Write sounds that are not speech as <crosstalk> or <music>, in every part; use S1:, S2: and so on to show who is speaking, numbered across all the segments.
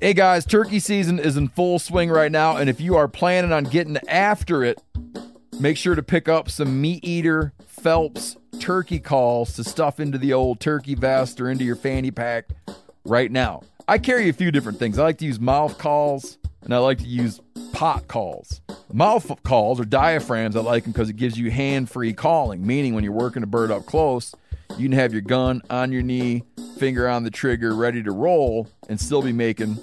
S1: Hey guys, turkey season is in full swing right now, and if you are planning on getting after it, make sure to pick up some Meat Eater Phelps turkey calls to stuff into the old turkey vest or into your fanny pack right now. I carry a few different things. I like to use mouth calls and I like to use pot calls. Mouth calls or diaphragms, I like them because it gives you hand free calling, meaning when you're working a bird up close, you can have your gun on your knee, finger on the trigger, ready to roll, and still be making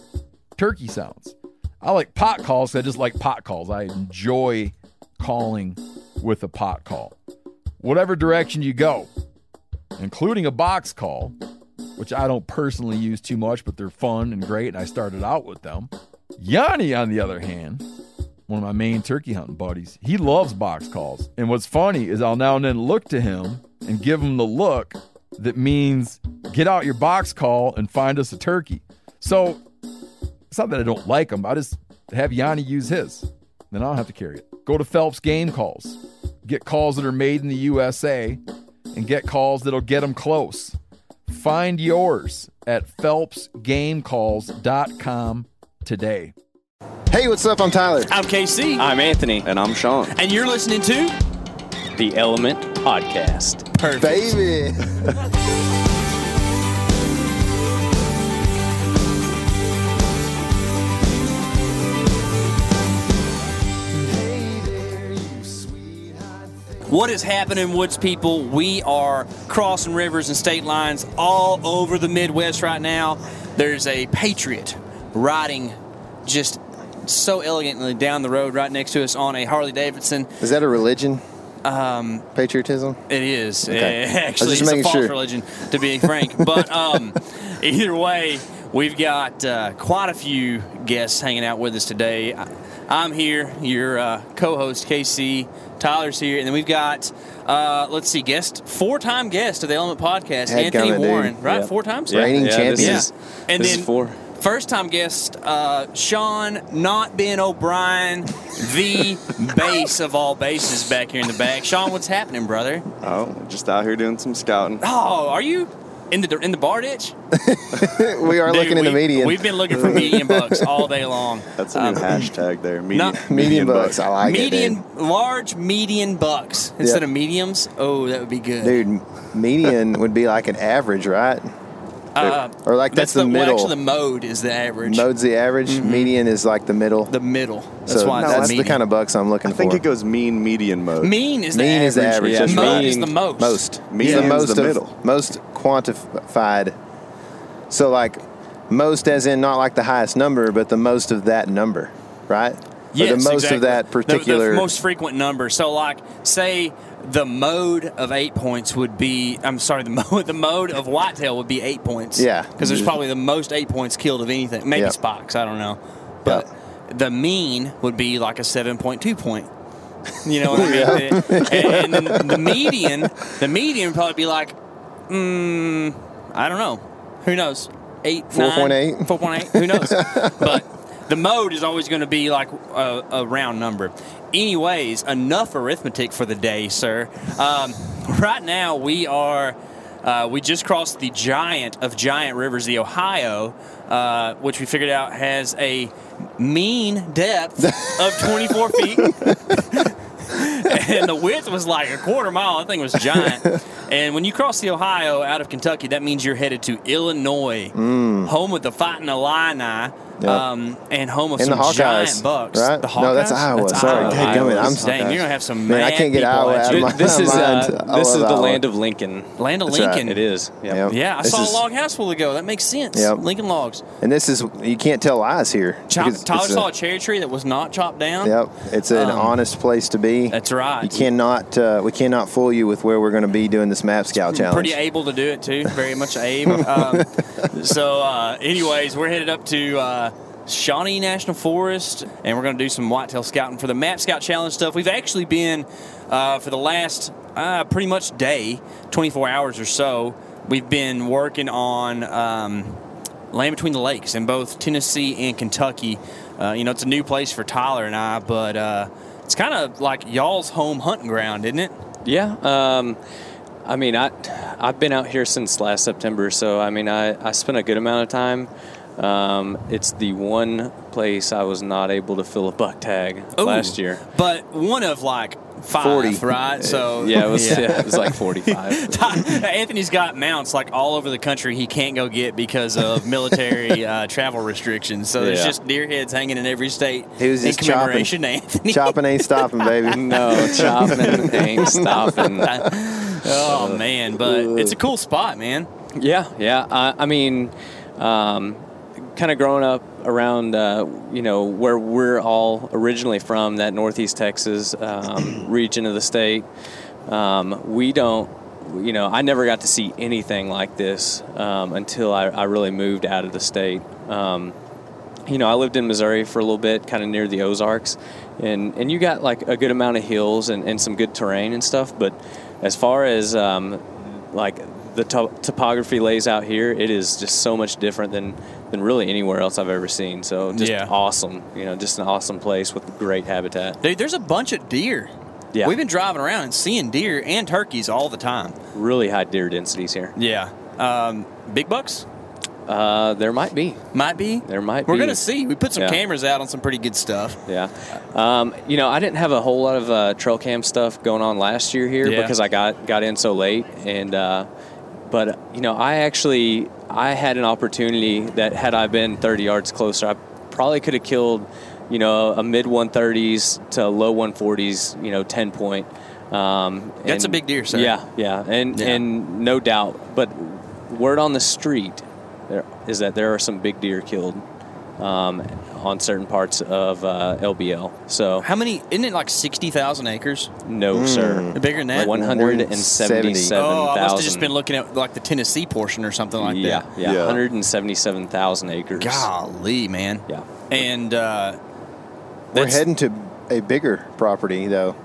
S1: turkey sounds. I like pot calls 'cause I just like pot calls. I enjoy calling with a pot call. Whatever direction you go, including a box call, which I don't personally use too much, but they're fun and great, and I started out with them. Yanni, on the other hand, one of my main turkey hunting buddies, he loves box calls. And what's funny is I'll now and then look to him and give him the look that means get out your box call and find us a turkey. So it's not that I don't like them. I just have Yanni use his. Then I'll have to carry it. Go to Phelps Game Calls. Get calls that are made in the USA and get calls that'll get them close. Find yours at phelpsgamecalls.com today.
S2: Hey, what's up? I'm Tyler.
S3: I'm KC,
S4: I'm Anthony. And I'm Sean.
S3: and you're listening to
S4: The Element Podcast.
S3: Perfect.
S2: Baby.
S3: What is happening, Woods people? We are crossing rivers and state lines all over the Midwest right now. There's a Patriot riding just so elegantly down the road right next to us on a Harley Davidson.
S2: Is that a religion? Um, Patriotism?
S3: It is.
S2: Okay. I
S3: Uh,
S2: was
S3: <laughs> actually,
S2: just
S3: it's a
S2: making
S3: false
S2: sure.
S3: religion, to be frank.
S2: <laughs>
S3: But um, either way, we've got uh, quite a few guests hanging out with us today. I- I'm here, your uh, co host, KC. Tyler's here. And then we've got, uh, let's see, guest, four time guest of the Element Podcast,
S2: Head
S3: Anthony
S2: coming, dude.
S3: Warren. Right?
S2: Yep.
S3: Four times?
S2: Yeah. Reigning champion.
S4: This
S3: Yeah.
S4: is,
S3: and
S4: this
S3: then
S4: is four.
S3: First time guest, uh, Sean Not Ben O'Brien,
S2: <laughs>
S3: the base of all bases back here in the back. Sean, what's happening, brother?
S5: Oh, just out here doing some scouting. <clears throat>
S3: Oh, are you in the in the bar ditch?
S2: We are looking in the median.
S3: We've been looking
S2: <laughs>
S3: for median bucks all day long. Uh,
S5: That's a new hashtag there. Median,
S3: not-
S2: median bucks. I like
S3: median,
S2: it.
S3: large median bucks instead
S2: Yeah.
S3: of mediums. Oh, that would be good.
S2: Dude. dude, median would be like an average, right?
S3: Uh,
S2: Or like that's, the,
S3: well,
S2: middle.
S3: actually, the mode is the average.
S2: Mode's the average. Median is like the middle.
S3: The middle. That's
S2: so
S3: why it's
S2: no,
S3: a
S2: that's the
S3: median.
S2: kind of bucks I'm looking
S5: I think
S2: for.
S5: it goes mean, median mode.
S3: mean is the
S2: Mean
S3: average.
S2: is the average.
S5: yeah.
S2: That's
S3: Mode
S2: right.
S3: is the most.
S2: Most.
S5: Median's
S2: the most
S5: the
S2: of-
S5: middle.
S2: Most quantified. So like most as in not like the highest number, but the most of that number, right?
S3: Yes,
S2: or the most
S3: exactly.
S2: of that
S3: The-
S2: particular.
S3: the, most frequent number. So, like, say the mode of eight points would be. I'm sorry, <laughs> the mode the mode of whitetail would be eight points.
S2: Yeah.
S3: because there's probably the most eight points killed of anything. Maybe
S2: Yep.
S3: Spikes, I don't know, but the mean would be like a seven point two point. You know what
S2: <laughs>
S3: I mean? And, and then the median, the median would probably be like, mm, I don't know. Who knows? Eight,
S2: 4.8?
S3: nine, 4.8, who knows? but the mode is always going to be like a, a round number. Anyways, enough arithmetic for the day, sir. Um, right now, we are. Uh, we just crossed the giant of giant rivers, the Ohio, uh, which we figured out has a mean depth of 24 feet and the width was like a quarter mile. That thing was
S2: <laughs>
S3: giant. and when you cross the Ohio out of Kentucky, that means you're headed to Illinois,
S2: Mm.
S3: home of the Fighting Illini, um, and home of
S2: And the
S3: some
S2: Hawkeyes,
S3: giant bucks.
S2: right?
S3: The Hawkeyes?
S2: No, that's Iowa. Sorry,
S3: Iowa.
S2: dadgummit, I'm-
S3: Dang, you're gonna have some
S2: Man, I
S3: mad
S2: can't get
S3: people
S2: Iowa
S3: at
S2: out of
S3: you.
S2: my
S4: this is
S2: mind. I
S4: uh, this
S2: love
S4: is the
S2: Iowa.
S4: land of Lincoln.
S3: Land of
S2: That's right.
S3: Lincoln.
S4: It is. Yeah.
S2: Yep.
S3: Yeah, I
S2: This
S3: saw
S2: is-
S3: a log house full ago. That makes sense.
S2: Yep.
S3: Lincoln logs.
S2: And this is you can't tell lies here.
S3: Chop,
S2: because
S3: Tyler
S2: it's a-
S3: saw a cherry tree that was not chopped down.
S2: Yep, it's an
S3: Um,
S2: honest place to be.
S3: that's right.
S2: You cannot, uh, we cannot fool you with where we're going to be doing this map scout challenge.
S3: Pretty able to do it too. Very much able. um, so, uh, anyways, we're headed up to uh, Shawnee National Forest, and we're going to do some whitetail scouting for the Map Scout Challenge stuff. We've actually been uh, for the last uh, pretty much day, 24 hours or so. We've been working on. Um, Land Between the Lakes in both Tennessee and Kentucky. Uh, you know, it's a new place for Tyler and I, but uh, it's kind of like y'all's home hunting ground, isn't it?
S4: Yeah, Um, I mean, I I've been out here since last September, so I mean, I I spent a good amount of time Um, it's the one place I was not able to fill a buck tag
S3: Ooh,
S4: last year.
S3: But one of like five,
S2: 40.
S3: right? So
S4: <laughs> Yeah, it
S5: <laughs>
S4: was, yeah, it was like 45.
S3: <laughs> Anthony's got mounts like all over the country he can't go get because
S4: <laughs>
S3: of military uh, travel restrictions. So there's
S4: Yeah.
S3: just deer heads hanging in every state
S2: He was
S3: in
S2: just chopping.
S3: commemoration to Anthony.
S2: Chopping ain't stopping, baby.
S4: no, chopping ain't stopping.
S3: <laughs> oh man, but it's a cool spot, man.
S4: Yeah, yeah. I, I mean, um, kind of growing up around, uh, you know, where we're all originally from, that Northeast Texas um, region of the state, um, we don't, you know, I never got to see anything like this um, until I, I really moved out of the state. Um, you know, I lived in Missouri for a little bit, kind of near the Ozarks, and and you got like a good amount of hills and, and some good terrain and stuff. But as far as um, like the to- topography lays out here, it is just so much different than than really anywhere else I've ever seen. So just
S3: Yeah.
S4: awesome, you know, just an awesome place with great habitat.
S3: Dude, there's a bunch of deer.
S4: Yeah.
S3: We've been driving around and seeing deer and turkeys all the time.
S4: Really high deer densities here.
S3: Yeah. Um, big bucks?
S4: Uh, there might be.
S3: Might be.
S4: There might
S3: We're
S4: be.
S3: gonna see. We put some
S4: Yeah.
S3: cameras out on some pretty good stuff.
S4: Yeah. Um, you know, I didn't have a whole lot of uh, trail cam stuff going on last year here
S3: Yeah.
S4: because I got got in so late and uh, but you know, I actually I had an opportunity that had I been 30 yards closer, I probably could have killed, you know, a mid 130s to low 140s, you know, 10 point. Um,
S3: That's
S4: and-
S3: a big deer, sir.
S4: Yeah, yeah, and
S3: Yeah.
S4: and no doubt. But word on the street there is that there are some big deer killed um, on certain parts of uh, LBL. So
S3: How many? Isn't it like sixty thousand acres?
S4: no,
S5: Hmm.
S4: sir.
S3: Bigger than that?
S4: One hundred and seventy-seven
S3: oh, I must have just
S4: thousand.
S3: been looking at like the Tennessee portion or something like
S4: yeah,
S3: that.
S4: yeah,
S5: Yeah.
S4: one hundred and seventy-seven thousand acres.
S3: Golly, man.
S4: Yeah.
S3: And uh,
S2: We're
S3: that's-
S2: heading to a bigger property though,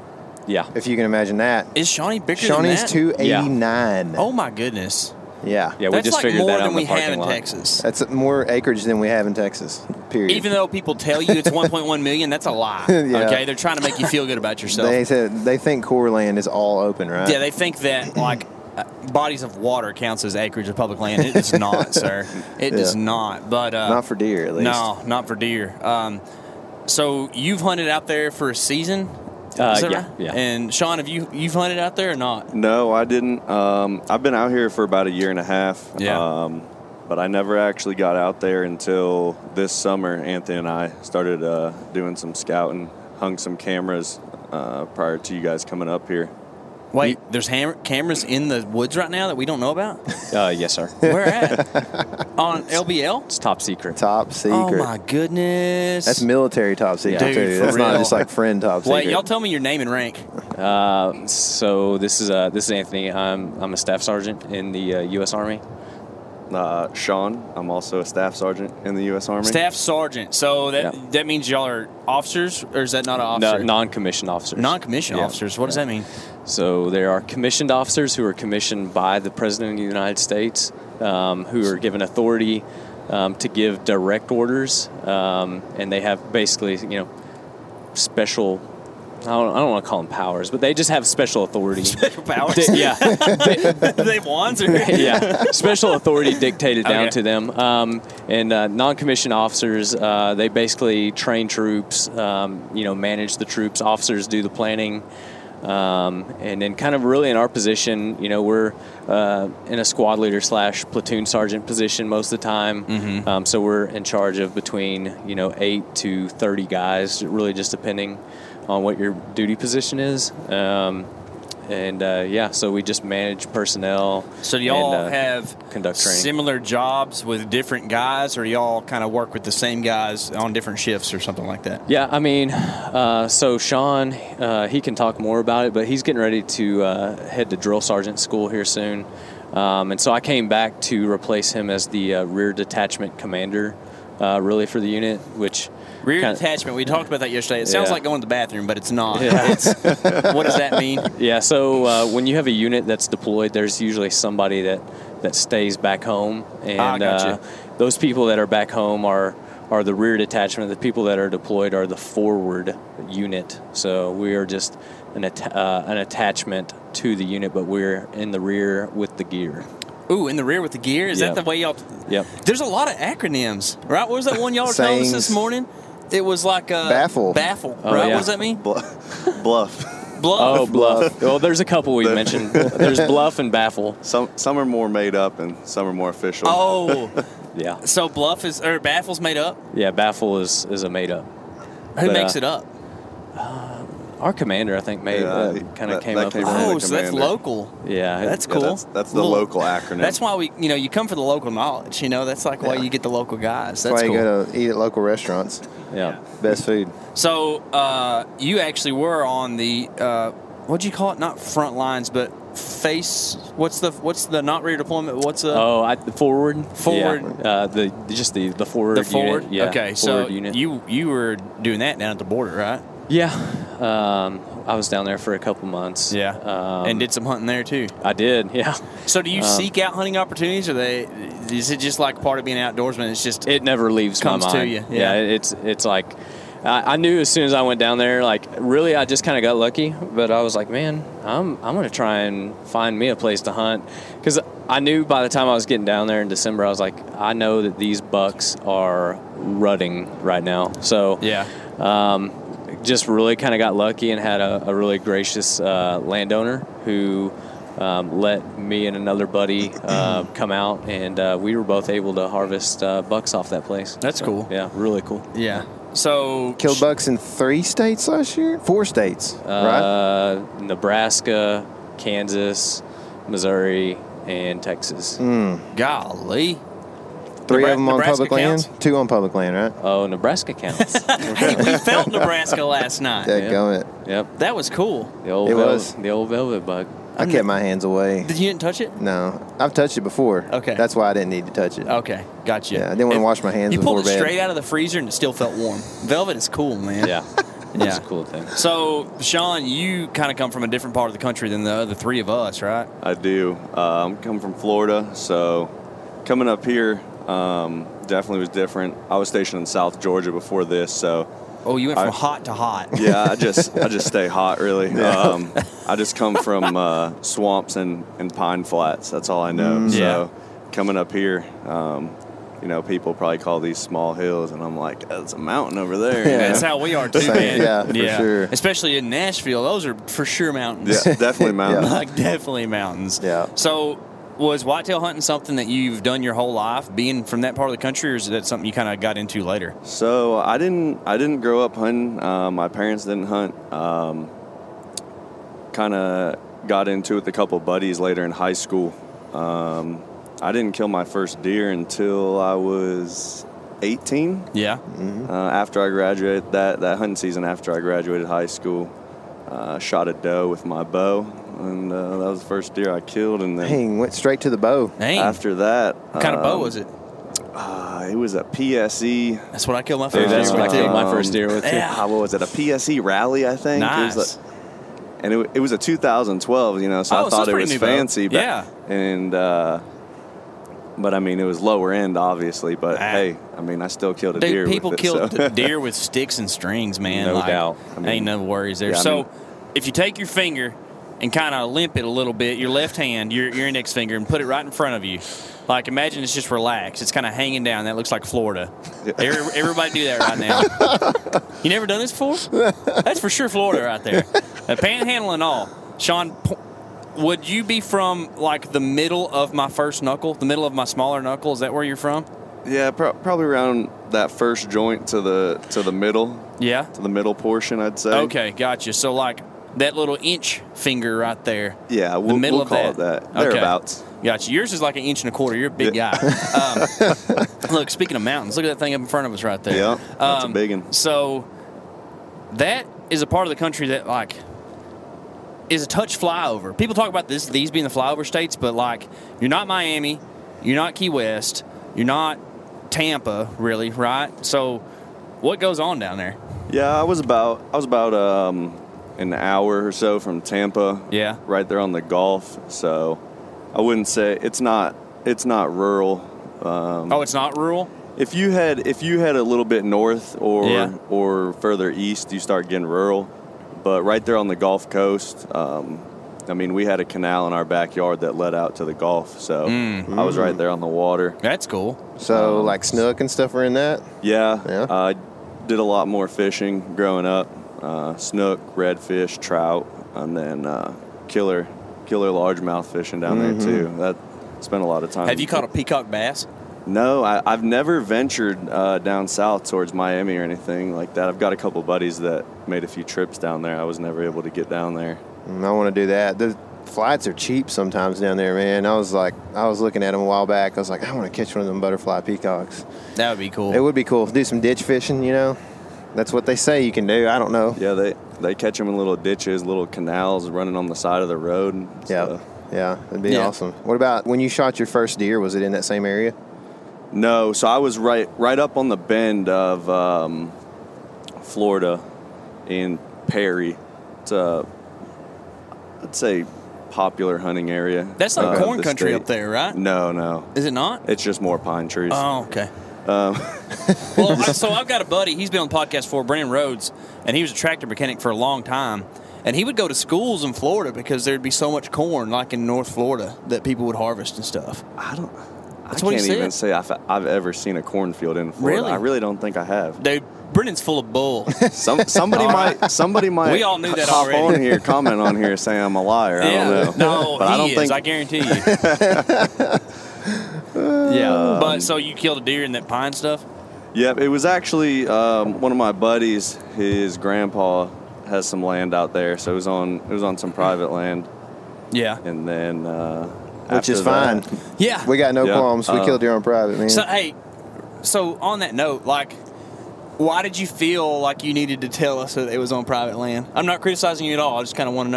S4: Yeah,
S2: if you can imagine that.
S3: Is Shawnee bigger
S2: Shawnee's
S3: than
S2: two
S3: that?
S2: eighty nine.
S3: Oh my goodness.
S2: yeah.
S4: yeah. We
S3: That's
S4: just
S3: like
S4: figured
S3: more
S4: that out
S3: than
S4: in
S3: we
S4: the parking
S3: have in
S4: lot.
S3: Texas.
S2: That's more acreage than we have in Texas. Period.
S3: Even though people tell
S2: <laughs>
S3: you it's 1.1 million, that's a lie.
S2: Yeah.
S3: Okay, they're trying to make you feel good about yourself.
S2: they said they think core land is all open, right?
S3: yeah, they think that like uh, bodies of water counts as acreage of public land. It does
S2: <laughs>
S3: not, sir. It does
S2: Yeah.
S3: not. But uh,
S2: not for deer at least.
S3: No, not for deer. Um, so you've hunted out there for a season.
S4: Uh,
S3: Is that
S4: yeah,
S3: right?
S4: yeah.
S3: And Sean, have you you've hunted out there or not?
S5: No, I didn't. Um, I've been out here for about a year and a half.
S3: Yeah.
S5: Um, but I never actually got out there until this summer. Anthony and I started uh, doing some scouting, hung some cameras uh, prior to you guys coming up here.
S3: Wait, there's ham- cameras in the woods right now that we don't know about.
S4: Uh, yes,
S5: <laughs>
S4: sir.
S3: Where at?
S4: <laughs>
S3: On LBL.
S4: It's top secret.
S2: Top secret.
S3: Oh my goodness.
S2: That's military top secret
S3: Dude,
S2: too.
S3: for
S2: That's not
S3: real.
S2: just like friend top
S3: Wait,
S2: secret.
S3: y'all tell me your name and rank.
S4: Uh, so this is uh, this is Anthony. I'm I'm a staff sergeant in the uh, U.S. Army.
S5: Uh, Sean, I'm also a staff sergeant in the U.S. Army.
S3: Staff sergeant. So that
S4: Yeah.
S3: that means y'all are officers, or is that not an
S4: No,
S3: officer?
S4: non-commissioned officers.
S3: Non-commissioned
S4: Yeah.
S3: officers. What does that
S4: <laughs>
S3: mean?
S4: So there are commissioned officers who are commissioned by the President of the United States, um, who are given authority um, to give direct orders, um, and they have basically, you know, special. I don't, I don't want to call them powers, but they just have special
S3: <laughs>
S4: authority.
S3: Powers.
S4: Di- yeah,
S3: Do they have wands or?
S4: <laughs> yeah. Special authority dictated down
S3: Okay.
S4: to them. Um, and uh, non-commissioned officers, uh, they basically train troops. Um, you know, manage the troops. Officers do the planning. Um, and then, kind of really in our position, you know, we're uh, in a squad leader slash platoon sergeant position most of the time.
S3: Mm-hmm.
S4: Um, so we're in charge of between you know eight to thirty guys, really just depending on what your duty position is. Um, and uh, yeah, so we just manage personnel.
S3: So do y'all
S4: and, uh,
S3: have
S4: conduct training.
S3: similar jobs with different guys, or do y'all kind of work with the same guys on different shifts or something like that?
S4: Yeah, I mean, uh, so Sean, uh, he can talk more about it, but he's getting ready to uh, head to drill sergeant school here soon. Um, and so I came back to replace him as the uh, rear detachment commander, uh, really, for the unit, which.
S3: Rear
S4: kinda-
S3: detachment. <laughs> We talked about that yesterday. It sounds
S4: Yeah.
S3: like going to the bathroom, but it's not.
S4: <laughs> Yeah.
S3: It's, what does that <laughs> mean?
S4: Yeah, so uh, when you have a unit that's deployed, there's usually somebody that, that stays back home, and
S3: Ah, gotcha.
S4: uh, those people that are back home are are the rear detachment. The people that are deployed are the forward unit. So we are just an at- uh, an attachment to the unit, but we're in the rear with the gear.
S3: Ooh, in the rear with the gear. Is
S4: Yep.
S3: that the way y'all?
S4: Yep.
S3: There's a lot of acronyms, right? What was that one y'all were telling us this
S2: Sayings.
S3: morning? It was like uh,
S2: Baffle.
S3: Baffle,
S4: Oh,
S3: right?
S4: yeah.
S3: What does that mean?
S5: Bluff. <laughs> Bluff.
S4: Oh,
S3: Bluff.
S4: bluff. well, there's a couple we mentioned. There's bluff and baffle.
S5: Some some are more made up and some are more official.
S3: Oh. <laughs>
S4: Yeah.
S3: so bluff is or baffle's made up.
S4: Yeah, baffle is, is a made up.
S3: Who
S4: But,
S3: makes
S4: uh,
S3: it up?
S4: Our commander, I think, made
S5: Yeah,
S4: that kind of
S5: that-
S4: came
S5: that
S4: up.
S5: came
S4: with
S5: from
S4: it.
S5: the
S3: Oh, so that's
S5: commander.
S3: local.
S4: yeah.
S3: That's
S5: Yeah,
S3: cool.
S5: that's, that's the
S3: Little-
S5: local acronym.
S3: That's why we, you know, you come for the local knowledge. You know, that's like why
S2: Yeah.
S3: you get the local
S2: That's
S3: guys. That's
S2: why you
S3: cool.
S2: go to eat at local restaurants.
S4: Yeah.
S2: Best food.
S3: So uh, you actually were on the uh, what do you call it? Not front lines, but face. What's the what's the not rear deployment? What's a
S4: Oh, I, the forward.
S3: Forward.
S4: Yeah. Uh, the just the the forward.
S3: the forward?
S4: Unit. Yeah.
S3: Okay, so
S4: forward unit.
S3: you you were doing that down at the border, right?
S4: Yeah. Um, I was down there for a couple months. Um,
S3: and did some hunting there too.
S4: I did. <laughs> Yeah.
S3: So do you
S4: um,
S3: seek out hunting opportunities, or they? Is it just like part of being an outdoorsman? It's just
S4: It never leaves
S3: Comes
S4: my
S3: to
S4: mind.
S3: you, yeah.
S4: Yeah. It's it's like. I I knew as soon as I went down there, like really, I just kind of got lucky. But I was like, man, I'm I'm gonna try and find me a place to hunt, because I knew by the time I was getting down there in December, I was like, I know that these bucks are rutting right now. So
S3: yeah.
S4: um, just really kind of got lucky and had a, a really gracious uh, landowner who um, let me and another buddy uh, come out, and uh, we were both able to harvest uh, bucks off that place.
S3: That's cool.
S4: Yeah, really cool.
S3: Yeah. So
S2: Killed bucks in three states last year? Four states, right?
S4: Uh, Nebraska, Kansas, Missouri, and Texas.
S3: golly.
S2: Three
S3: Nebra-
S2: of them on
S3: Nebraska
S2: public
S3: counts?
S2: land? Two on public land, right?
S4: Oh, Nebraska counts.
S3: hey, we felt Nebraska last night.
S2: That gummit.
S4: yep,
S3: That was cool.
S4: the old
S2: It
S4: velvet,
S2: was.
S4: the old velvet bug.
S2: I kept my hands away.
S3: Did you didn't touch it?
S2: No, I've touched it before.
S3: Okay.
S2: That's why I didn't need to touch it.
S3: Okay, gotcha.
S2: Yeah, I didn't wanna
S3: If-
S2: wash my hands
S3: You pulled it
S2: before bed.
S3: straight out of the freezer and it still felt warm. Velvet is cool, man.
S4: Yeah,
S3: Yeah.
S4: it's a cool thing.
S3: So, Sean, you kind of come from a different part of the country than the other three of us, right?
S5: I do. Um, come from Florida, so coming up here um, definitely was different. I was stationed in South Georgia before this, so
S3: Oh, you went from
S5: I-
S3: hot to
S2: <laughs>
S3: hot.
S5: yeah, I just I just stay hot really. Um, I just come from uh, swamps and, and pine flats. That's all I know. so
S3: Yeah.
S5: coming up here, um, you know, people probably call these small hills, and I'm like, that's a mountain over there. you
S2: Yeah.
S5: know?
S3: That's how we are too,
S2: Same,
S3: man.
S2: yeah, for sure.
S3: Especially in Nashville, those are for sure mountains.
S5: yeah, <laughs> definitely
S3: <laughs>
S5: mountain.
S3: like definitely mountains.
S2: Yeah.
S3: So, was whitetail hunting something that you've done your whole life, being from that part of the country, or is that something you kind of got into later?
S5: So I didn't I didn't grow up hunting. Um, my parents didn't hunt. Um, kind of got into it with a couple buddies later in high school. Um, I didn't kill my first deer until I was 18.
S3: Yeah.
S5: Uh, after I graduated that that hunting season, after I graduated high school, uh, shot a doe with my bow, and uh, that was the first deer I killed. And then
S2: Dang, went straight to the bow.
S3: Dang.
S5: after that,
S3: what kind of bow
S5: um,
S3: was it?
S5: Uh, it was a E. PSE.
S3: That's what I killed my first
S5: Uh,
S4: Dude,
S3: deer
S4: that's
S3: with,
S4: what I
S5: right.
S4: killed
S3: too.
S4: my first deer with. too.
S3: Yeah.
S5: Ah, what was it? A PSE rally, I think. It
S3: Nice.
S5: was like- and it, wa- it was a 2012, you know, so
S3: Oh, so
S5: I
S3: it's
S5: thought it
S3: pretty
S5: was
S3: new boat.
S5: fancy. But,
S3: Yeah.
S5: And, uh, but I mean, it was lower end, obviously. But
S3: Ah.
S5: hey, I mean, I still killed a
S3: Dude,
S5: deer.
S3: people
S5: with it,
S3: kill
S5: so. <laughs>
S3: deer with sticks and strings, man.
S4: No
S3: Like,
S4: doubt.
S5: I mean-
S3: ain't no worries there.
S5: Yeah, I
S3: so,
S5: mean-
S3: if you take your finger and kind of limp it a little bit, your left hand, your, your index finger, and put it right in front of you, like imagine it's just relaxed. It's kind of hanging down. That looks like Florida. Every, everybody do that right now.
S5: <laughs>
S3: you never done this before? That's for sure Florida right there. The panhandle and all. Sean, po- would you be from like the middle of my first knuckle, the middle of my smaller knuckle? Is that where you're from?
S5: Yeah, pro- probably around that first joint to the to the middle
S3: Yeah.
S5: to the middle portion, I'd say.
S3: Okay, gotcha. So like that little inch finger right there.
S5: Yeah, we'll,
S3: the middle
S5: we'll call
S3: of
S5: it that.
S3: that.
S5: Thereabouts.
S3: Gotcha. Yours is like an inch and a quarter. You're a big
S5: <laughs>
S3: guy. Um, look, speaking of mountains, look at that thing up in front of us right there.
S5: Yeah, that's a
S3: Um,
S5: big one.
S3: So that is a part of the country that like is a touch flyover. People talk about this these being the flyover states, but like you're not Miami, you're not Key West, you're not Tampa, really, right? So what goes on down there?
S5: Yeah, I was about I was about um, an hour or so from Tampa.
S3: Yeah.
S5: right there on the Gulf. So I wouldn't say it's not it's not rural. Um,
S3: Oh, it's not rural?
S5: If you head if you head a little bit north or
S3: Yeah.
S5: or further east, you start getting rural. But right there on the Gulf Coast, um, I mean, we had a canal in our backyard that led out to the Gulf, so
S3: Mm.
S5: I was right there on the water.
S3: That's cool.
S2: So like snook and stuff were in that.
S5: Yeah,
S2: Yeah.
S5: I did a lot more fishing growing up. Uh, snook, redfish, trout, and then uh, killer, killer largemouth fishing down there too. That spent a lot of time.
S3: Have you caught a peacock bass?
S5: No, I, I've never ventured uh, down south towards Miami or anything like that. I've got a couple buddies that made a few trips down there. I was never able to get down there.
S2: Mm, I want to do that. The flights are cheap sometimes down there, man. I was like, I was looking at them a while back. I was like, I want to catch one of them butterfly peacocks.
S3: That would be cool.
S2: It would be cool. Do some ditch fishing, you know. That's what they say you can do. I don't know.
S5: Yeah, they they catch them in little ditches, little canals running on the side of the road. and
S2: Yeah.
S5: stuff.
S2: Yeah, it'd be
S3: Yeah.
S2: awesome. What about when you shot your first deer? Was it in that same area?
S5: No, so I was right right up on the bend of um, Florida in Perry. It's a I'd say popular hunting area. uh,
S3: That's not
S5: of
S3: corn
S5: the
S3: country
S5: state.
S3: up there, right?
S5: No, no.
S3: Is it not?
S5: It's just more pine trees.
S3: Oh, okay.
S5: Um,
S3: <laughs> well, I- so I've got a buddy. He's been on the podcast for Brandon Rhodes, and he was a tractor mechanic for a long time. And he would go to schools in Florida because there'd be so much corn, like in North Florida, that people would harvest and stuff.
S5: I don't.
S3: That's
S5: I
S3: what he
S5: can't even
S3: said.
S5: say I've, I've ever seen a cornfield in Florida.
S3: Really?
S5: I really don't think I <laughs> have.
S3: Dude, Brennan's full of
S5: <laughs>
S3: bull.
S5: Some, somebody might. Somebody might.
S3: We all knew that
S5: hop
S3: already.
S5: on here, comment on here, saying I'm a liar. I
S3: Yeah.
S5: don't know.
S3: No,
S5: <laughs> but
S3: he
S5: I don't
S3: is.
S5: think
S3: I guarantee
S5: <laughs>
S3: you.
S5: Um,
S1: Yeah.
S3: but so you killed a deer in that pine stuff?
S5: Yep, it was actually um, one of my buddies. His grandpa has some land out there, so it was on it was on some private land,
S3: Yeah.
S5: and then uh,
S2: Which
S5: after
S2: is fine.
S5: that-
S3: Yeah.
S2: We got no
S5: Yeah.
S2: qualms. We
S5: Uh,
S2: killed deer on private, man.
S3: So hey, so on that note, like, why did you feel like you needed to tell us that it was on private land? I'm not criticizing you at all. I just kind of want to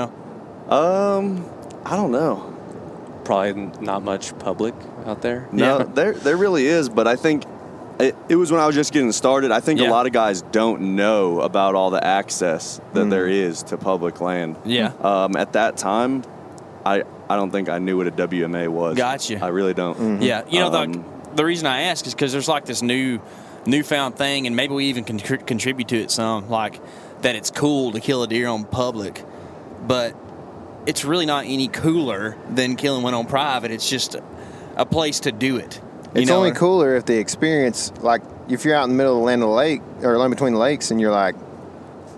S3: know.
S5: Um, I don't know.
S4: Probably not much public out there.
S5: No,
S3: Yeah.
S5: there there really is, but I think it, it was when I was just getting started. I think
S3: Yeah.
S5: a lot of guys don't know about all the access that there is to public land.
S3: Mm. Yeah.
S5: Um, at that time, I I don't think I knew what a WMA was.
S3: Gotcha. Mm-hmm.
S5: I really don't.
S3: Yeah, you know
S5: Um,
S3: the the reason I ask is because there's like this new newfound thing, and maybe we even can contri- contribute to it some, like that it's cool to kill a deer on public, but it's really not any cooler than killing one on private. It's just a, a place to do it. you
S2: It's
S3: know?
S2: only cooler if the experience, like if you're out in the middle of the land of the lake or land between the lakes, and you're like,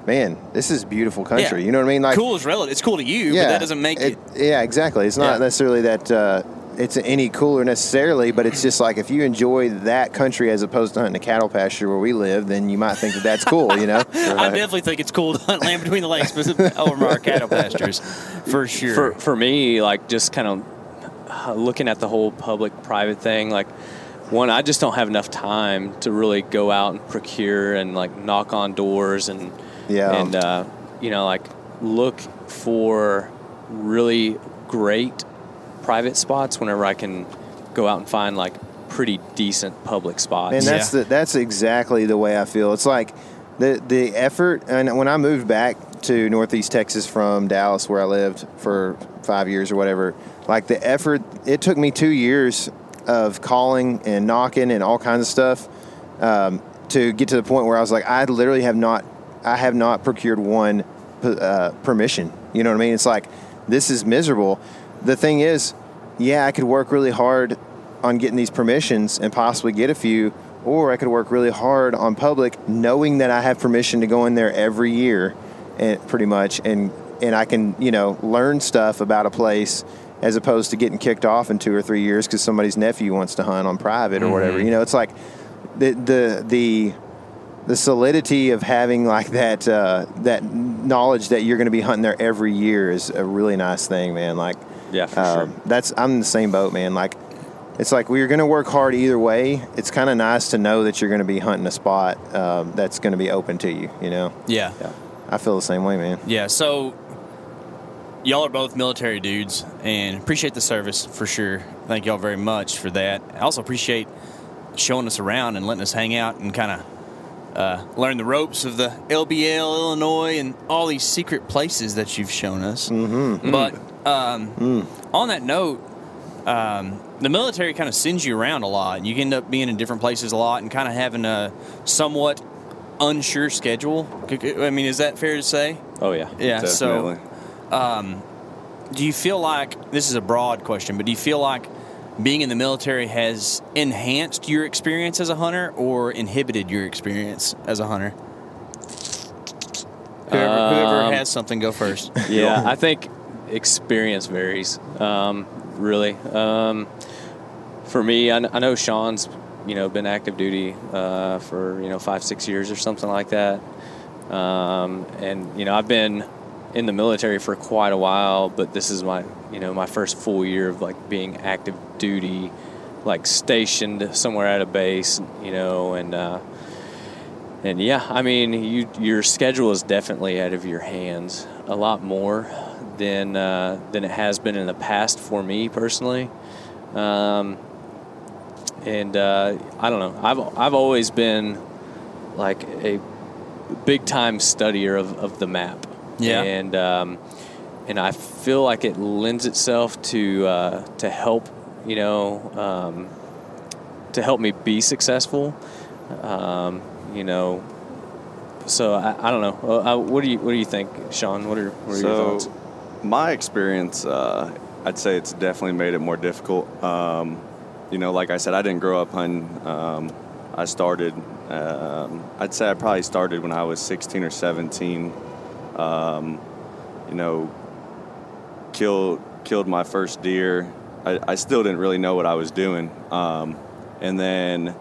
S2: man, this is beautiful country.
S3: Yeah.
S2: You know what I mean? Like,
S3: cool is relative. It's cool to you, but that doesn't make it.
S2: Yeah, exactly. It's not
S3: Yeah.
S2: necessarily that uh, it's any cooler necessarily, but it's just like if you enjoy that country as opposed to hunting a cattle pasture where we live, then you might think that that's cool. You know?
S3: <laughs> I definitely think it's cool to hunt land between the lakes, but over our cattle pastures, for sure.
S4: for for me, like just kind of uh, looking at the whole public private thing, like one, I just don't have enough time to really go out and procure and like knock on doors and
S2: Yeah.
S4: and uh, you know like look for really great private spots whenever I can go out and find like pretty decent public spots.
S2: And that's
S3: Yeah.
S2: the, that's exactly the way I feel. It's like the the effort. And when I moved back to Northeast Texas from Dallas, where I lived for five years or whatever, like the effort. It took me two years of calling and knocking and all kinds of stuff um, to get to the point where I was like, I literally have not, I have not procured one p- uh, permission. You know what I mean? It's like this is miserable. The thing is, yeah, I could work really hard on getting these permissions and possibly get a few, or I could work really hard on public, knowing that I have permission to go in there every year, and pretty much, and and I can you know learn stuff about a place. As opposed to getting kicked off in two or three years because somebody's nephew wants to hunt on private or whatever, you know, it's like the the the the solidity of having like that uh, that knowledge that you're going to be hunting there every year is a really nice thing, man. Like, um,
S4: Yeah, for
S3: Uh,
S4: sure.
S2: That's I'm in the same boat, man. Like, it's like we're going to work hard either way. It's kind of nice to know that you're going to be hunting a spot um, that's going to be open to you. You know,
S3: yeah.
S2: I feel the same way, man.
S3: Yeah, so y'all are both military dudes and appreciate the service for sure. Thank y'all very much for that. I also appreciate showing us around and letting us hang out and kind of uh, learn the ropes of the LBL, Illinois, and all these secret places that you've shown us. Mm-hmm. But um, on that note, um, the military kind of sends you around a lot, and you end up being in different places a lot and kind of having a somewhat unsure schedule. I mean, is that fair to say?
S4: oh yeah.
S3: Yeah. So,
S5: Definitely.
S3: do you feel like this is a broad question, but do you feel like being in the military has enhanced your experience as a hunter or inhibited your experience as a hunter? Whoever, whoever
S4: Um,
S3: has something, go
S5: <laughs>
S3: first.
S4: <laughs> yeah, I think experience varies. Um, really, um, for me, I, kn- I know Sean's, you know, been active duty uh, for you know five, six years or something like that, um, and you know, I've been in the military for quite a while, but this is my, you know, my first full year of like being active duty, like stationed somewhere at a base, you know, and. Uh, and yeah, I mean, you your schedule is definitely out of your hands a lot more than uh, than it has been in the past for me personally. Um, and uh, I don't know. I've I've always been like a big time studier of, of the map.
S3: Yeah.
S4: And um, and I feel like it lends itself to uh, to help you know um, to help me be successful. Um, you know, so I, I don't know. Uh, I, what do you What do you think, Sean? What are, what are your thoughts?
S5: So, my experience, uh, I'd say it's definitely made it more difficult. Um, you know, like I said, I didn't grow up hunting. Um, I started, um, I'd say I probably started when I was 16 or 17. Um, you know, killed killed my first deer. I, I still didn't really know what I was doing. Um, and then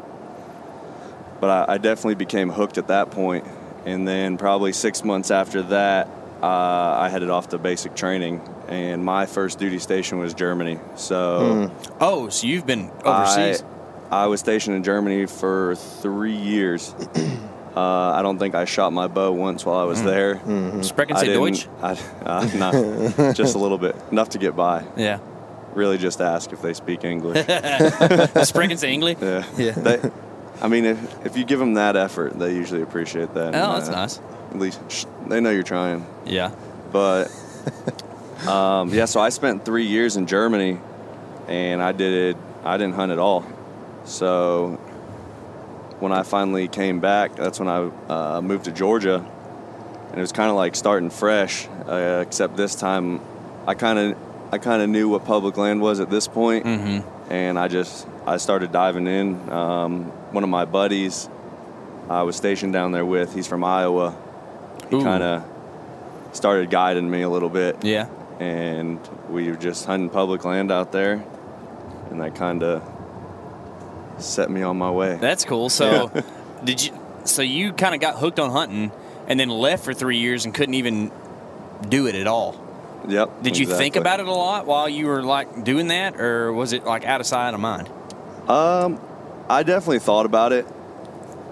S5: but I, I definitely became hooked at that point. And then probably six months after that, uh, I headed off to basic training, and my first duty station was Germany. So
S3: oh, so you've been
S5: I,
S3: overseas.
S5: I was stationed in Germany for three years. <clears throat> uh, I don't think I shot my bow once while I
S3: Hmm.
S5: was there.
S3: Sprechen
S5: I
S3: Sie
S5: didn't-
S3: Deutsch?
S5: I, <laughs> uh, no, just a little bit, enough to get by. <laughs>
S3: Yeah.
S5: Really, just ask if they speak English.
S3: Sprechen Sie English?
S5: yeah.
S3: Yeah.
S5: They, I mean, if, if you give them that effort, they usually appreciate
S3: Oh,
S5: that. And,
S3: that's
S5: uh,
S3: nice.
S5: At least sh- they know you're trying.
S3: Yeah.
S5: But um, yeah, so I spent three years in Germany, and I did I didn't hunt at all. So when I finally came back, that's when I uh, moved to Georgia, and it was kind of like starting fresh. Uh, except this time, I kind of I kind of knew what public land was at this point, and I just I started diving in. Um, one of my buddies I was stationed down there with, he's from Iowa. He
S3: Ooh.
S5: kind of started guiding me a little bit,
S3: Yeah.
S5: and we were just hunting public land out there, and that kind of set me on my way.
S3: That's cool. So, did you? So you kind of got hooked on hunting, and then left for three years and couldn't even do it at all.
S5: yep.
S3: Did you think
S5: exactly.
S3: about it a lot while you were like doing that, or was it like out of sight, out of mind?
S5: Um, I definitely thought about it.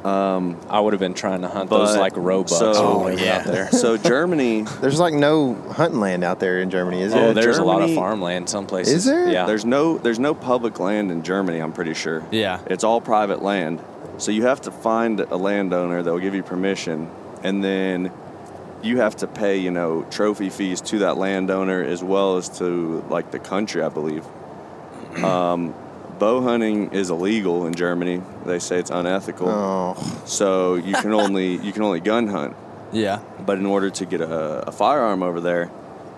S5: Um,
S4: I would have been trying to hunt
S5: but
S4: those like roebucks. Oh,
S5: So,
S4: or whatever
S3: yeah.
S4: out there.
S5: <laughs> so Germany,
S2: There's like no hunting land out there in Germany, is
S5: Yeah,
S4: oh,
S2: there?
S4: there's a lot of
S5: Germany-
S4: farmland some places.
S2: Is there?
S4: Yeah.
S5: there's no there's no public land in Germany. I'm pretty sure.
S3: Yeah.
S5: It's all private land, so you have to find a landowner that will give you permission, and then you have to pay you know trophy fees to that landowner as well as to like the country, I believe. Um, bow hunting is illegal in Germany. They say it's unethical,
S2: Oh,
S5: so you can only you can only gun hunt.
S3: Yeah.
S5: But in order to get a, a firearm over there,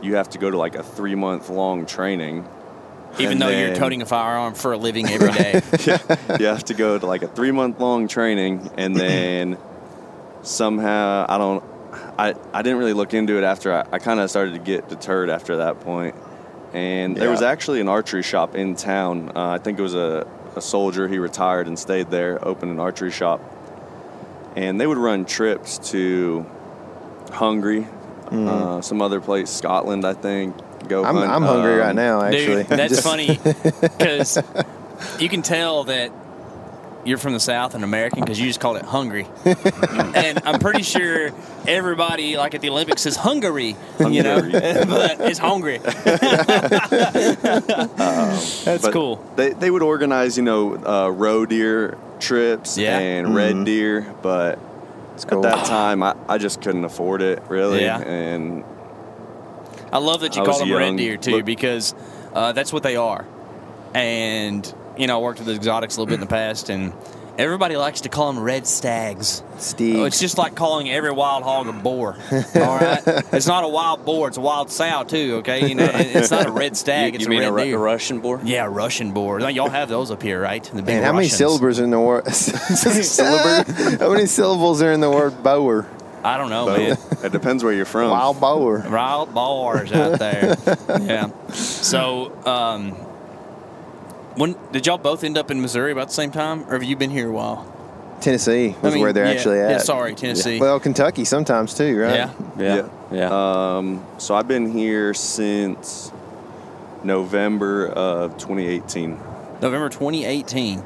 S5: you have to go to like a three month long training.
S3: Even
S5: And
S3: though you're
S5: then-
S3: toting a firearm for a living every day.
S5: you have to go to like a three month long training and then somehow i don't I, I didn't really look into it after i, I kind of started to get deterred after that point and there
S2: Yeah.
S5: was actually an archery shop in town uh, i think it was a, a soldier he retired and stayed there opened an archery shop and they would run trips to hungary uh, some other place scotland i think go
S2: Mm-hmm. I'm,
S5: hunt,
S2: I'm hungry
S5: um,
S2: right now. Actually,
S3: Dude, that's
S2: Just-
S3: funny because you can tell that you're from the South and American because you just called it hungry. and I'm pretty sure everybody, like at the Olympics, says Hungary, you know,
S5: Hungary.
S3: but it's hungry. That's
S5: But
S3: cool.
S5: They, they would organize, you know, uh, roe deer trips
S3: Yeah.
S5: and red deer, but
S2: Mm-hmm. cool.
S5: at that time, I, I just couldn't afford it, really.
S3: Yeah.
S5: And
S3: I love that you
S5: I
S3: call
S5: was
S3: them red
S5: young.
S3: deer too,
S5: Look-
S3: because uh, that's what they are. And you know, I worked with the exotics a little bit in the past, and Everybody likes to call them red stags.
S2: Steve.
S3: Oh, it's just like calling every wild hog a boar. All right, it's not a wild boar; it's a wild sow too. Okay, you know, it- it's not a red stag;
S4: you,
S3: it's
S4: you
S3: a
S4: mean
S3: red
S4: a, Ru-
S3: deer.
S4: a Russian boar?
S3: yeah, Russian boar. Now, y'all have those up here, right? The big
S2: Man, how many
S3: Russians.
S2: syllables are in the word? <laughs>
S5: <laughs>
S2: how many syllables are in the word bower?
S3: I don't know,
S5: But
S3: man.
S5: <laughs> it depends where you're from.
S2: Wild bower.
S3: Wild bars
S2: <laughs>
S3: out there. yeah. So, um, when did y'all both end up in Missouri about the same time, or have you been here a while?
S2: Tennessee was where they're
S3: yeah,
S2: actually at.
S3: Yeah, sorry, Tennessee.
S2: Well, Kentucky sometimes too, right?
S3: yeah.
S4: Yeah. Uh, Yeah.
S5: Um, so I've been here since November of 2018.
S3: November 2018.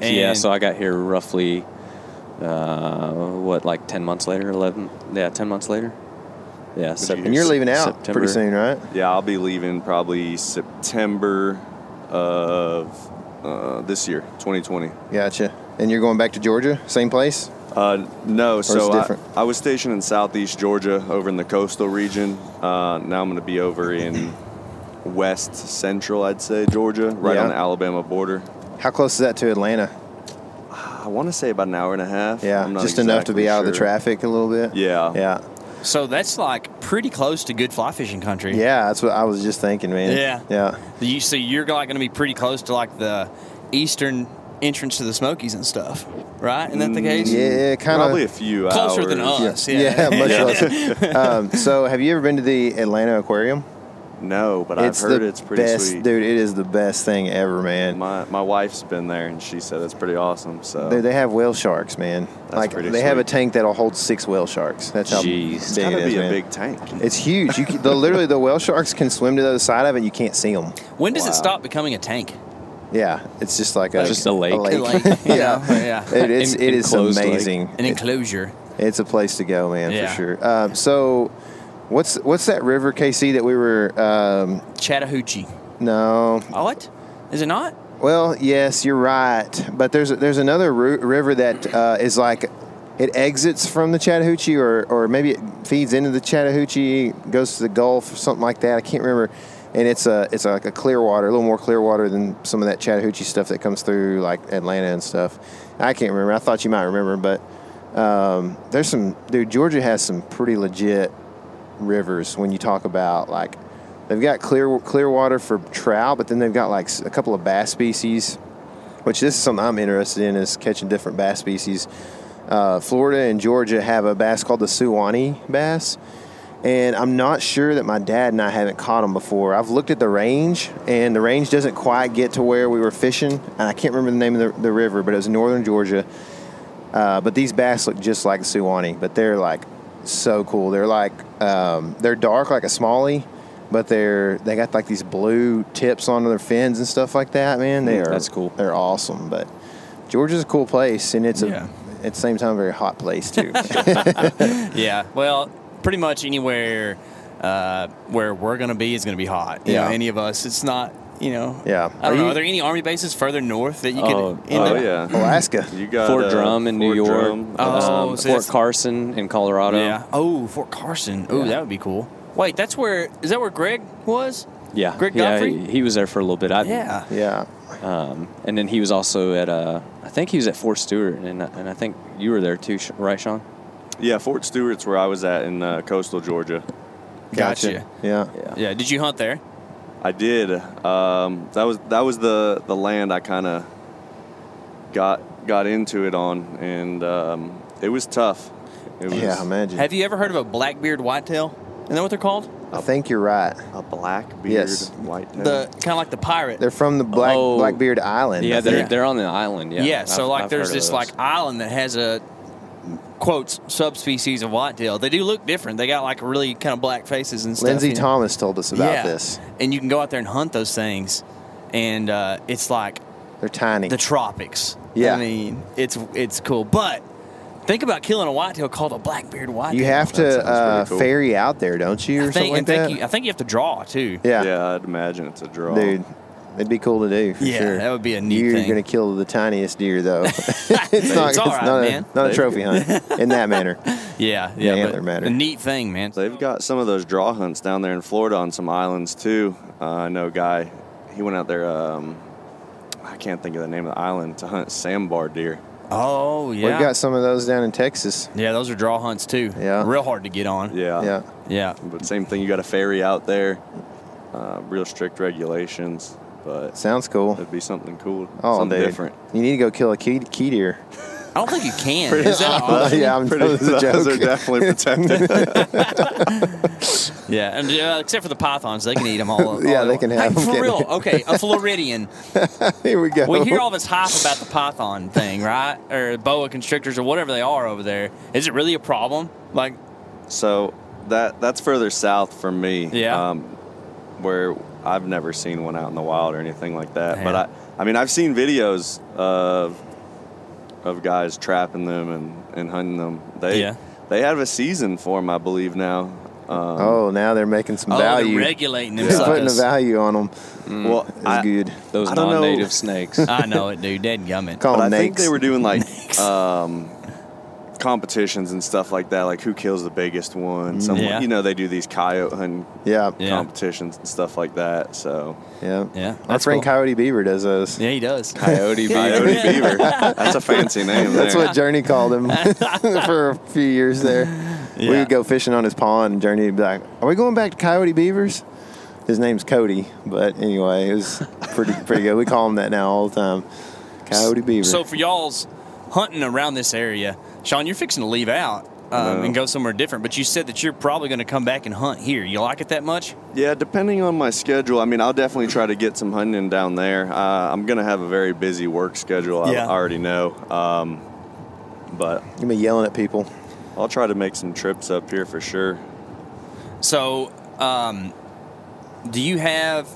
S4: yeah.
S3: And-
S4: So I got here roughly, uh, what, like 10 months later? 11? Yeah, 10 months later. Yeah. Sep-
S2: And you're leaving out
S4: September.
S2: pretty soon, right?
S5: Yeah, I'll be leaving probably September of uh, this year, 2020.
S2: Gotcha. And you're going back to Georgia, same place?
S5: Uh, no, so I,
S2: different?
S5: I was stationed in southeast Georgia, over in the coastal region. Uh, now I'm going to be over in west central, I'd say, Georgia, right
S2: Yeah.
S5: on the Alabama border.
S2: How close is that to Atlanta?
S5: I want to say about an hour and a half.
S2: Yeah,
S5: I'm not
S2: just enough to
S5: exactly
S2: be out of the
S5: sure.
S2: traffic a little bit.
S5: Yeah.
S2: Yeah.
S3: So that's like pretty close to good fly fishing country.
S2: Yeah, that's what I was just thinking, man.
S3: Yeah.
S2: Yeah.
S5: <laughs>
S3: You so you're like going to be pretty close to like the eastern entrance to the Smokies and stuff, right? Isn't that the case?
S2: Mm, Yeah, kind
S5: Probably a
S2: of.
S5: few
S3: Closer than
S5: hours.
S3: us. Yeah.
S2: Yeah, much less. Um, so, have you ever been to the Atlanta Aquarium?
S5: No, but I've heard it's pretty
S2: best,
S5: sweet.
S2: dude. It is the best thing ever, man.
S5: My my wife's been there and she said it's pretty awesome. So
S2: Dude, they have whale sharks, man. like they
S5: pretty
S2: have a
S5: sweet.
S2: tank that'll hold six whale sharks. That's how
S4: Jeez. It's
S2: big
S5: gotta
S2: it is,
S5: be a
S2: man.
S5: big tank.
S2: It's huge. You can, the, literally the whale sharks can swim to the other side of it. You can't see them.
S3: When does
S5: Wow.
S3: it stop becoming a tank?
S2: Yeah, it's just like a
S4: Just a lake.
S3: <laughs>
S2: <laughs>
S3: Like, you know, yeah.
S2: It is.
S4: En-
S2: it is
S4: enclosed lake.
S2: amazing.
S3: An enclosure.
S2: It's a place to go, man,
S3: Yeah.
S2: for sure. Um, so, what's what's that river KC that we were? Um,
S3: Chattahoochee.
S2: no,
S3: Oh, what? Is it not?
S2: well, yes, you're right. But there's there's another ru- river that uh, is like it exits from the Chattahoochee, or or maybe it feeds into the Chattahoochee, goes to the Gulf, or something like that. I can't remember. And it's a it's like a clear water, a little more clear water than some of that Chattahoochee stuff that comes through like Atlanta and stuff. I can't remember. I thought you might remember, but um, there's some dude. Georgia has some pretty legit rivers when you talk about like they've got clear clear water for trout, but then they've got like s- a couple of bass species, which this is something I'm interested in is catching different bass species. Uh, Florida and Georgia have a bass called the Suwannee bass, and I'm not sure that my dad and I haven't caught them before. I've looked at the range, and the range doesn't quite get to where we were fishing, and I can't remember the name of the, the river, but it was in northern Georgia. Uh, but these bass look just like Suwannee, but they're like so cool. They're like um, they're dark like a smallie, but they're they got like these blue tips on their fins and stuff like that. Man, they
S4: Mm,
S2: are
S4: that's cool.
S2: They're awesome. But Georgia's a cool place, and it's
S3: Yeah.
S2: a at the same time a very hot place
S5: <laughs>
S2: too. <laughs>
S3: Yeah. Well, pretty much anywhere uh, where we're going to be is going to be hot. You
S2: Yeah.
S3: know, any of us. It's not, you know.
S2: Yeah.
S3: I
S2: Are
S3: don't know.
S2: you-
S3: Are there any army bases further north that you
S4: Oh,
S3: could end
S5: oh
S3: up?
S5: yeah.
S2: Alaska.
S5: You got
S4: Fort
S5: uh,
S4: Drum in New
S5: Fort
S4: York.
S5: Drum.
S3: Oh,
S4: um,
S3: so
S4: Fort
S3: that's-
S4: Carson in Colorado.
S3: Yeah. Oh, Fort Carson. Oh, that would be cool. Wait, that's where is that where Greg was?
S4: Yeah.
S3: Greg
S4: yeah,
S3: Godfrey?
S4: He, he was there for a little bit. I,
S3: Yeah.
S2: yeah,
S4: Um, and then he was also at, uh, I think he was at Fort Stewart, and, and I think you were there too, Sh- right, Sean?
S5: Yeah, Fort Stewart's where I was at in uh, coastal Georgia.
S3: Gotcha.
S2: yeah.
S3: Yeah. Did you hunt there?
S5: I did. Um, that was that was the the land I kind of got got into it on, and um, it was tough. It was
S2: Yeah, I imagine.
S3: Have you ever heard of a blackbeard whitetail? Isn't that what they're called?
S2: I think you're right.
S5: a black beard,
S2: Yes.
S5: white tail.
S3: The kind of like the pirate.
S2: They're from the Black
S4: Oh.
S2: Blackbeard Island.
S4: Yeah,
S2: I
S4: they're,
S2: think.
S3: Yeah.
S4: they're on the island. Yeah.
S3: yeah. so
S4: I've-
S3: like,
S4: I've
S3: there's
S4: heard of
S3: this
S4: those.
S3: like island that has a quotes subspecies of whitetail. They do look different. They got like really kind of black faces and stuff.
S2: Lindsey
S3: you know?
S2: Thomas told us about
S3: Yeah.
S2: this.
S3: And you can go out there and hunt those things, and uh, it's like
S2: They're tiny.
S3: the tropics.
S2: Yeah.
S3: I mean, it's it's cool, but. Think about killing a whitetail called a blackbeard whitetail.
S2: you have
S5: That
S2: to
S5: sounds
S2: uh,
S5: pretty cool.
S2: ferry out there, don't you, or
S3: I
S2: something
S3: think,
S2: like
S3: and think uh,
S2: that?
S3: you, I think you have to draw too.
S2: yeah,
S5: yeah, I'd imagine it's a draw.
S2: dude. It'd be cool to do. For
S3: Yeah,
S2: sure.
S3: that would be a neat
S2: You're
S3: thing.
S2: gonna kill the tiniest deer,
S3: <laughs>
S2: though. <laughs> it's not. <laughs> It's,
S3: all right,
S2: not,
S3: man.
S2: A, not a trophy hunt in that
S3: <laughs>
S2: manner.
S3: Yeah, yeah.
S2: Yeah,
S3: but
S2: they're madder.
S3: A neat thing, man.
S5: They've got some of those draw hunts down there in Florida on some islands too. Uh, I know a guy, he went out there. Um, I can't think of the name of the island to hunt sandbar deer.
S3: Oh yeah.
S2: We've got some of those down in Texas.
S3: yeah, those are draw hunts too.
S2: Yeah.
S3: Real hard to get on.
S5: Yeah.
S2: Yeah.
S3: Yeah.
S5: But same thing, you got a ferry out there. Uh, real strict regulations, but
S2: Sounds cool.
S5: it'd be something cool,
S2: Oh,
S5: something
S2: dude.
S5: different.
S2: You need to go kill a key, key deer.
S3: I don't think you can. Is
S2: <laughs>
S3: that an option?
S2: yeah, I'm <laughs> that was a
S5: those are
S2: joke. <laughs>
S5: definitely protected.
S3: Yeah, and uh, except for the pythons, they can eat them all. all
S2: Yeah, they can
S3: want.
S2: have
S3: hey,
S2: 'em,
S3: for
S2: can't <laughs>
S3: real.
S2: they?
S3: Okay, a Floridian.
S2: <laughs> Here we go.
S3: We hear all this hype about the python thing, right? Or boa constrictors, or whatever they are over there. Is it really a problem? Like,
S5: so that that's further south from me. um,
S3: Yeah.
S5: where I've never seen one out in the wild or anything like that. But
S3: Yeah.
S5: I, I mean, I've seen videos of of guys trapping them and, and hunting them. They
S3: Yeah.
S5: they have a season for them, I believe now. Um,
S2: oh, now they're making some
S3: oh, they're
S2: value.
S3: regulating them.
S2: <laughs> They're putting a
S3: suckers.
S2: value on them.
S5: well,
S2: Mm, It's
S5: I,
S2: good.
S4: Those
S5: I don't know.
S4: non-native
S3: <laughs>
S4: snakes.
S3: I know it, dude. Dead gummit.
S2: Call
S5: but I
S2: them
S5: think
S2: nakes.
S5: they were
S2: <laughs>
S5: doing like um, competitions and stuff like that, like who kills the biggest one. Some,
S3: Yeah.
S5: you know, they do these coyote hunting
S2: yeah.
S3: Yeah.
S2: Yeah.
S5: competitions and stuff like that. So
S3: Yeah,
S2: Our
S3: that's
S2: friend
S3: cool.
S2: Coyote Beaver does those.
S3: Yeah, he
S2: <laughs>
S3: does.
S4: Coyote beaver.
S5: coyote beaver, that's a fancy name.
S2: That's
S5: there.
S2: what Journey called him <laughs> for a few years there. We
S3: Yeah.
S2: would go fishing on his pond, and Journey would be like, "Are we going back to Coyote Beavers?" His name's Cody, but anyway, it was pretty pretty good. We call him that now all the time, Coyote Beaver.
S3: So for y'all's hunting around this area, Sean, you're fixing to leave out um,
S5: No.
S3: and go somewhere different. But you said that you're probably going to come back and hunt here. You like it that much?
S5: Yeah, depending on my schedule, I mean, I'll definitely try to get some hunting in down there. Uh, I'm gonna have a very busy work schedule. I,
S3: Yeah.
S5: I already know, um, but
S2: you be yelling at people.
S5: I'll try to make some trips up here for sure.
S3: So, um, do you have?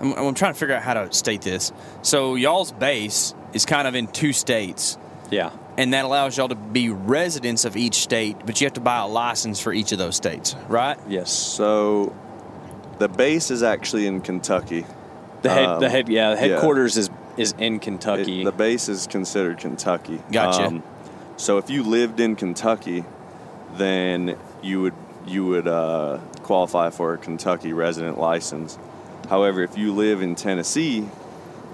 S3: I'm, I'm trying to figure out how to state this. So, y'all's base is kind of in two states,
S4: yeah.
S3: and that allows y'all to be residents of each state, but you have to buy a license for each of those states, right?
S4: Yes.
S5: So, the base is actually in Kentucky.
S4: The head.
S5: Um,
S4: the head. Yeah. The
S5: yeah.
S4: headquarters is is in
S5: It-
S4: Kentucky.
S5: the base is considered Kentucky. Um,
S3: Gotcha.
S5: so if you lived in Kentucky, then you would you would uh, qualify for a Kentucky resident license. However, if you live in Tennessee,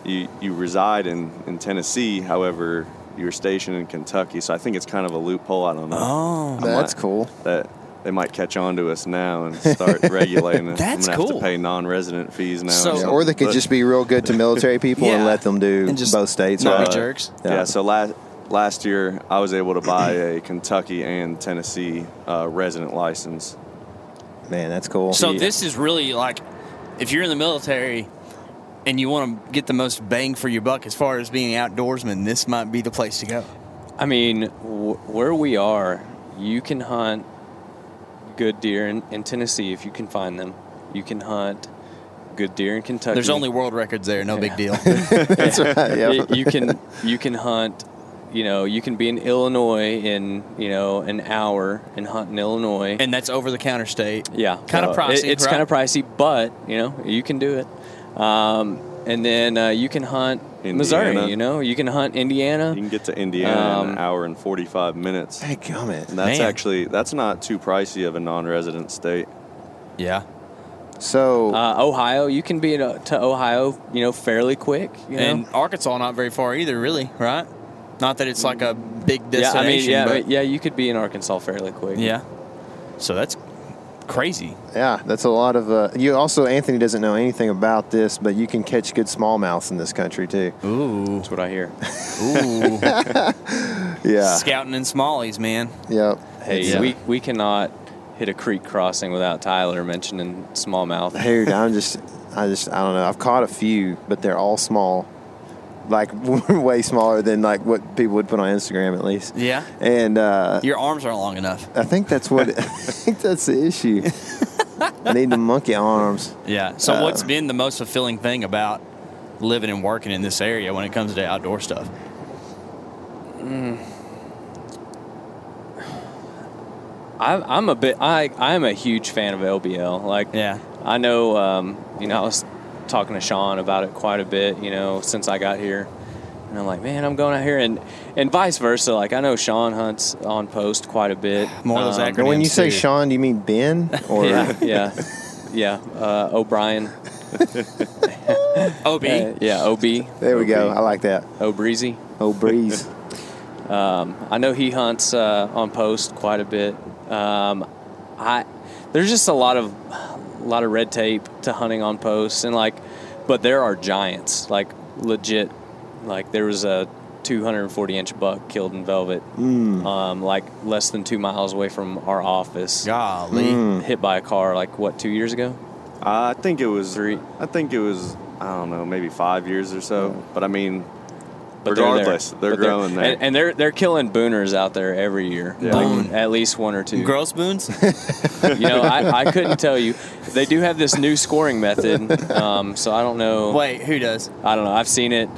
S5: you you reside in in Tennessee. However, you're stationed in Kentucky. So I think it's kind of a loophole. I don't know.
S3: Oh,
S2: That's
S5: might-
S2: cool.
S5: That. They might catch on to us now and
S3: <laughs>
S5: start regulating us.
S3: That's
S5: I'm gonna
S3: cool.
S5: Have to pay non-resident fees now.
S3: So-
S5: or
S2: Yeah, or they
S5: something,
S2: could
S5: but-
S2: just be real good to <laughs> military people
S3: Yeah.
S2: and let them do
S3: And just
S2: both states.
S3: not be
S2: right?
S3: jerks.
S5: Uh, Yeah.
S2: Yeah.
S5: so last last year I was able to buy a <clears throat> Kentucky and Tennessee uh, resident license.
S2: Man, that's cool.
S3: so
S4: Yeah.
S3: this is really like if you're in the military and you want to get the most bang for your buck as far as being outdoorsman, this might be the place to go.
S4: I mean, wh- where we are, you can hunt good deer in, in Tennessee if you can find them. You can hunt good deer in Kentucky.
S3: There's
S4: <laughs>
S3: only world records there, no big deal.
S2: that's right. Yeah.
S4: you, you can you can hunt. You know, you can be in Illinois in you know an hour and hunt in Illinois.
S3: and that's over the counter state.
S4: Yeah,
S3: Kinda
S4: Uh,
S3: pricey,
S4: it- it's
S3: right?
S4: kind of pricey, but you know you can do it. Um, and then uh, you can hunt
S5: Indiana.
S4: Missouri. You know, you can hunt Indiana.
S5: You can get to Indiana in
S4: Um,
S5: an hour and forty five minutes.
S2: Hey, gummit.
S5: And that's
S3: Man.
S5: actually that's not too pricey of a non resident state.
S3: Yeah.
S2: So
S4: Uh, Ohio, you can be to, to Ohio. You know, fairly quick. You know?
S3: And Arkansas not very far either, really, right? Not that it's like a big
S4: yeah, I mean,
S3: destination.
S4: yeah,
S3: but-
S4: yeah, you could be in Arkansas fairly quick.
S3: yeah. So that's crazy.
S2: Yeah, that's a lot of. Uh, you also, Anthony doesn't know anything about this, but you can catch good smallmouths in this country too.
S4: <laughs>
S3: Ooh,
S4: that's what I
S3: <laughs>
S4: hear.
S3: ooh,
S2: Yeah,
S3: scouting and smallies, man.
S2: yep.
S4: Hey,
S3: Yeah.
S4: we we cannot hit a creek crossing without Tyler mentioning smallmouth.
S2: Dude, I'm just, I just, I don't know. I've caught a few, but they're all small, like <laughs> way smaller than like what people would put on Instagram at least.
S3: Yeah,
S2: And uh,
S3: your arms aren't long enough.
S2: I think that's what, <laughs> I think that's the issue. I need the monkey arms.
S3: Yeah. So
S4: Uh,
S3: what's been the most fulfilling thing about living and working in this area when it comes to outdoor stuff?
S4: I, I'm a bit. I I'm a huge fan of LBL. Like,
S3: Yeah.
S4: I know. Um, you know, I was talking to Sean about it quite a bit. You know, since I got here, and I'm like, man, I'm going out here, and and vice versa. Like, I know Sean hunts on post quite a bit. Um,
S3: More of those
S2: And when
S3: Acronyms,
S2: you say
S3: too.
S2: Sean, do you mean Ben or
S4: Yeah, yeah, yeah. Uh, O'Brien.
S3: OB.
S4: Uh, yeah, OB.
S2: There we go.
S4: OB.
S2: I like that.
S4: O Breezy.
S2: Oh, breeze.
S4: Um, I know he hunts uh, on post quite a bit. Um, I there's just a lot of a lot of red tape to hunting on posts, and like, but there are giants, like legit. Like there was a 240 inch buck killed in velvet, um, like less than two miles away from our office,
S3: Golly.
S4: hit by a car. Like what, two years ago?
S5: I think it was three. I think it was I don't know, maybe five years or so. But I mean,
S4: But they're there.
S5: regardless, they're,
S4: But
S5: growing there.
S4: and, and they're they're killing booners out there every year,
S5: Yeah.
S4: like at least one or two.
S3: Gross boons?
S4: <laughs> You know, I,
S5: <laughs>
S4: I couldn't tell you. They do have this new scoring method, um, so I don't know.
S3: Wait, who does?
S4: I don't know. I've seen it.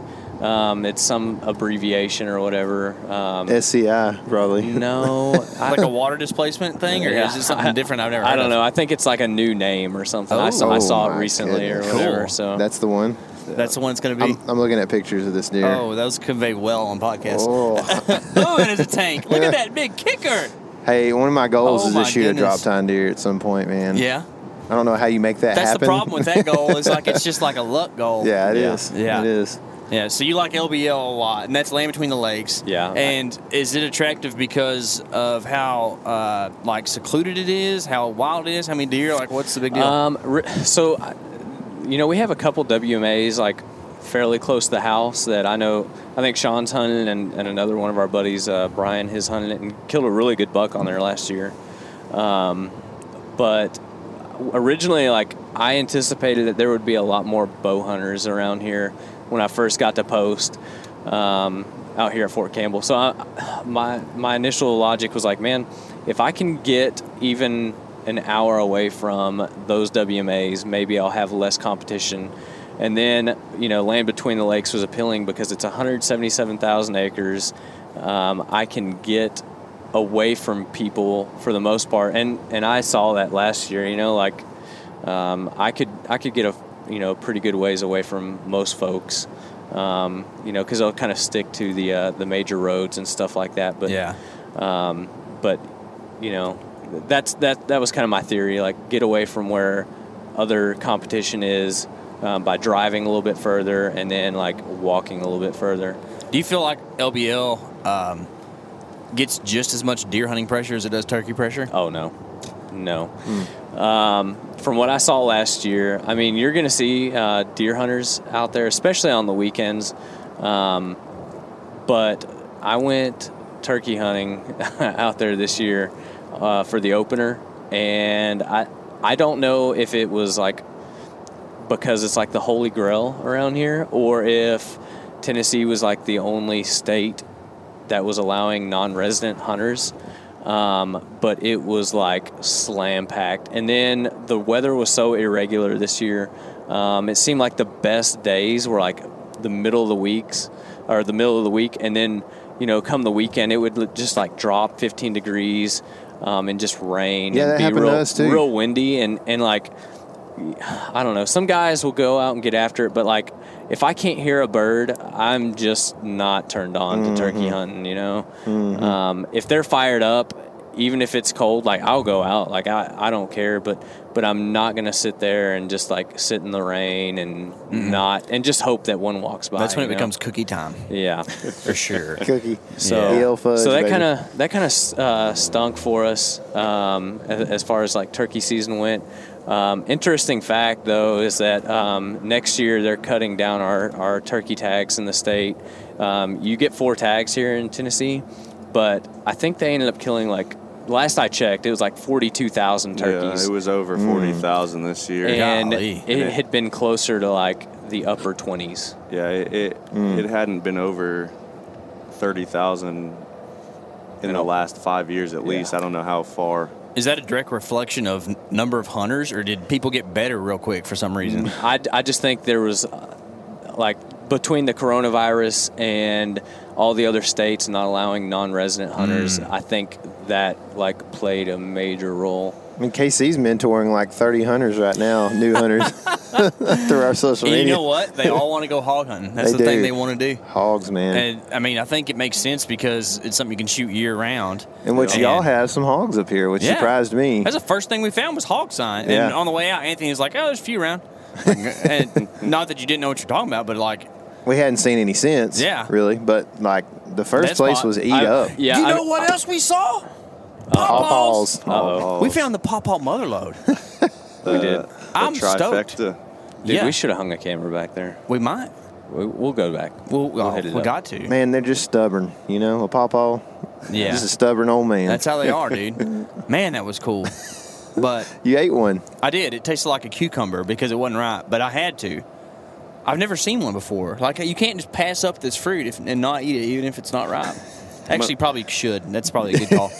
S4: Um, it's some abbreviation or whatever. Um,
S5: <laughs>
S2: SCI, probably.
S4: no, I,
S3: Like a water displacement thing, or
S4: Yeah.
S3: is it
S4: <laughs>
S3: something different? I've never.
S4: I
S3: heard
S4: don't
S3: of?
S4: know. I think it's like a new name or something. I saw, I
S2: Oh,
S4: saw it
S2: my
S4: recently
S2: goodness.
S4: or whatever.
S3: Cool.
S4: So
S2: That's the one.
S3: That's the one that's going to be.
S2: I'm, I'm looking at pictures of this deer.
S3: oh, those convey well on podcast.
S2: <laughs> Oh.
S3: Oh, it is a tank. Look at that big kicker.
S2: hey, one of my goals
S3: Oh,
S2: is to
S3: my
S2: shoot a drop
S3: goodness.
S2: time deer at some point, man.
S3: Yeah,
S2: I don't know how you make that
S3: that's
S2: happen.
S3: the problem with that goal. Is like it's just like a luck
S2: <laughs>
S3: goal.
S2: yeah, it
S4: Yeah.
S2: is.
S3: Yeah.
S2: It is.
S3: Yeah, so you like LBL a lot, and that's Land Between the Lakes.
S4: Yeah.
S3: And is it attractive because of how uh, like secluded it is, how wild it is, how many deer? Like, what's the big deal?
S4: Um, re- so, I- you know, we have a couple WMAs like fairly close to the house that I know. I think Sean's hunting, and, and another one of our buddies, uh, Brian, his hunting it and killed a really good buck on there last year. Um, but originally, like I anticipated that there would be a lot more bow hunters around here when I first got to post um, out here at Fort Campbell. So I, my my initial logic was like, man, if I can get even an hour away from those WMAs, maybe I'll have less competition. And then you know, land between the lakes was appealing because it's 177,000 acres. Um, I can get away from people for the most part and and I saw that last year you know like um, I could I could get a you know pretty good ways away from most folks um, you know because I'll kind of stick to the uh, the major roads and stuff like that but
S3: yeah.
S4: um, but you know that's that that was kind of my theory like get away from where other competition is um, by driving a little bit further and then like walking a little bit further
S3: Do you feel like LBL um, gets just as much deer hunting pressure as it does turkey pressure?
S4: Oh no, no. Um, from what I saw last year, I mean, you're going to see uh, deer hunters out there, especially on the weekends. Um, but I went turkey hunting <laughs> out there this year uh, for the opener, and I I don't know if it was like because it's like the holy grail around here, or if Tennessee was like the only state that was allowing non-resident hunters. Um, but it was like slam packed, and then the weather was so irregular this year. Um, it seemed like the best days were like the middle of the weeks or the middle of the week, and then you know, come the weekend, it would l- just like drop 15 degrees um, and just rain.
S2: Yeah,
S4: and
S2: that
S4: be
S2: happened to
S4: real,
S2: us, too.
S4: Real windy and and like I don't know. Some guys will go out and get after it, but like if I can't hear a bird, I'm just not turned on to turkey hunting. You know, um, if they're fired up, even if it's cold, like I'll go out. Like I, I don't care, but but I'm not gonna sit there and just like sit in the rain and not and just hope that one walks by.
S3: Mm-hmm. That's when it
S4: you know?
S3: becomes cookie time
S4: yeah.
S3: <laughs> for sure.
S2: Cookie.
S4: So,
S2: Yale fudge,
S4: so that
S2: baby.
S4: kind of that kind of uh, stunk for us um, as, as far as like turkey season went. Um, interesting fact though is that um, next year they're cutting down our, our turkey tags in the state. Um, you get four tags here in Tennessee, but I think they ended up killing like last I checked it was like forty two thousand turkeys,
S5: Yeah, it was over forty thousand this year.
S4: and
S3: Golly.
S4: it had been closer to like the upper twenties.
S5: Yeah, it it, it hadn't been over thirty thousand in the last five years at least. I don't know how far.
S3: Is that a direct reflection of n- number of hunters, or did people get better real quick for some reason?
S4: I, I just think there was uh, like between the coronavirus and all the other states not allowing non-resident hunters
S3: Mm.
S4: i think that like played a major role
S2: I mean, KC's mentoring like 30 hunters right now, new hunters, <laughs> through our social
S3: And you
S2: media.
S3: know what? They all want to go hog
S2: <laughs>
S3: hunting. That's
S2: They
S3: the thing
S2: do.
S3: they want to do.
S2: Hogs, man. And,
S3: And I mean, I think it makes sense because it's something you can shoot year round.
S2: what
S3: Yeah.
S2: y'all have some hogs up here, which
S3: Yeah.
S2: surprised me.
S3: That's the first thing we found was hog sign.
S2: Yeah.
S3: And on the way out, Anthony was like, "Oh, there's a few around."
S2: <laughs>
S3: and not that you didn't know what you're talking about, but like
S2: We hadn't seen any since.
S3: Yeah.
S2: Really. But like the first
S3: That
S2: place
S3: spot-
S2: was eat
S4: I-
S2: up.
S4: Yeah.
S3: you
S4: I-
S3: know what else we saw? Pawpaws.
S2: Pawpaws.
S4: Uh-oh.
S3: We found the
S2: <laughs>
S3: pawpaw motherload.
S4: We did.
S3: I'm
S5: Uh, trifecta.
S3: stoked.
S4: Dude,
S3: yeah.
S4: we should have hung a camera back there.
S3: We might.
S4: We, we'll go back.
S3: We'll,
S4: We'll
S3: oh,
S4: hit it
S3: we
S4: up.
S3: got to.
S2: Man, they're just stubborn. You know, a pawpaw.
S3: yeah.
S2: Just a stubborn old man.
S3: That's how they are,
S2: <laughs>
S3: dude. Man, that was cool. But
S2: you ate one.
S3: I did. It tasted like a cucumber because it wasn't right, but I had to. I've never seen one before. Like you can't just pass up this fruit if, and not eat it, even if it's
S2: <laughs>
S3: not ripe. Actually, probably should. That's probably a good call.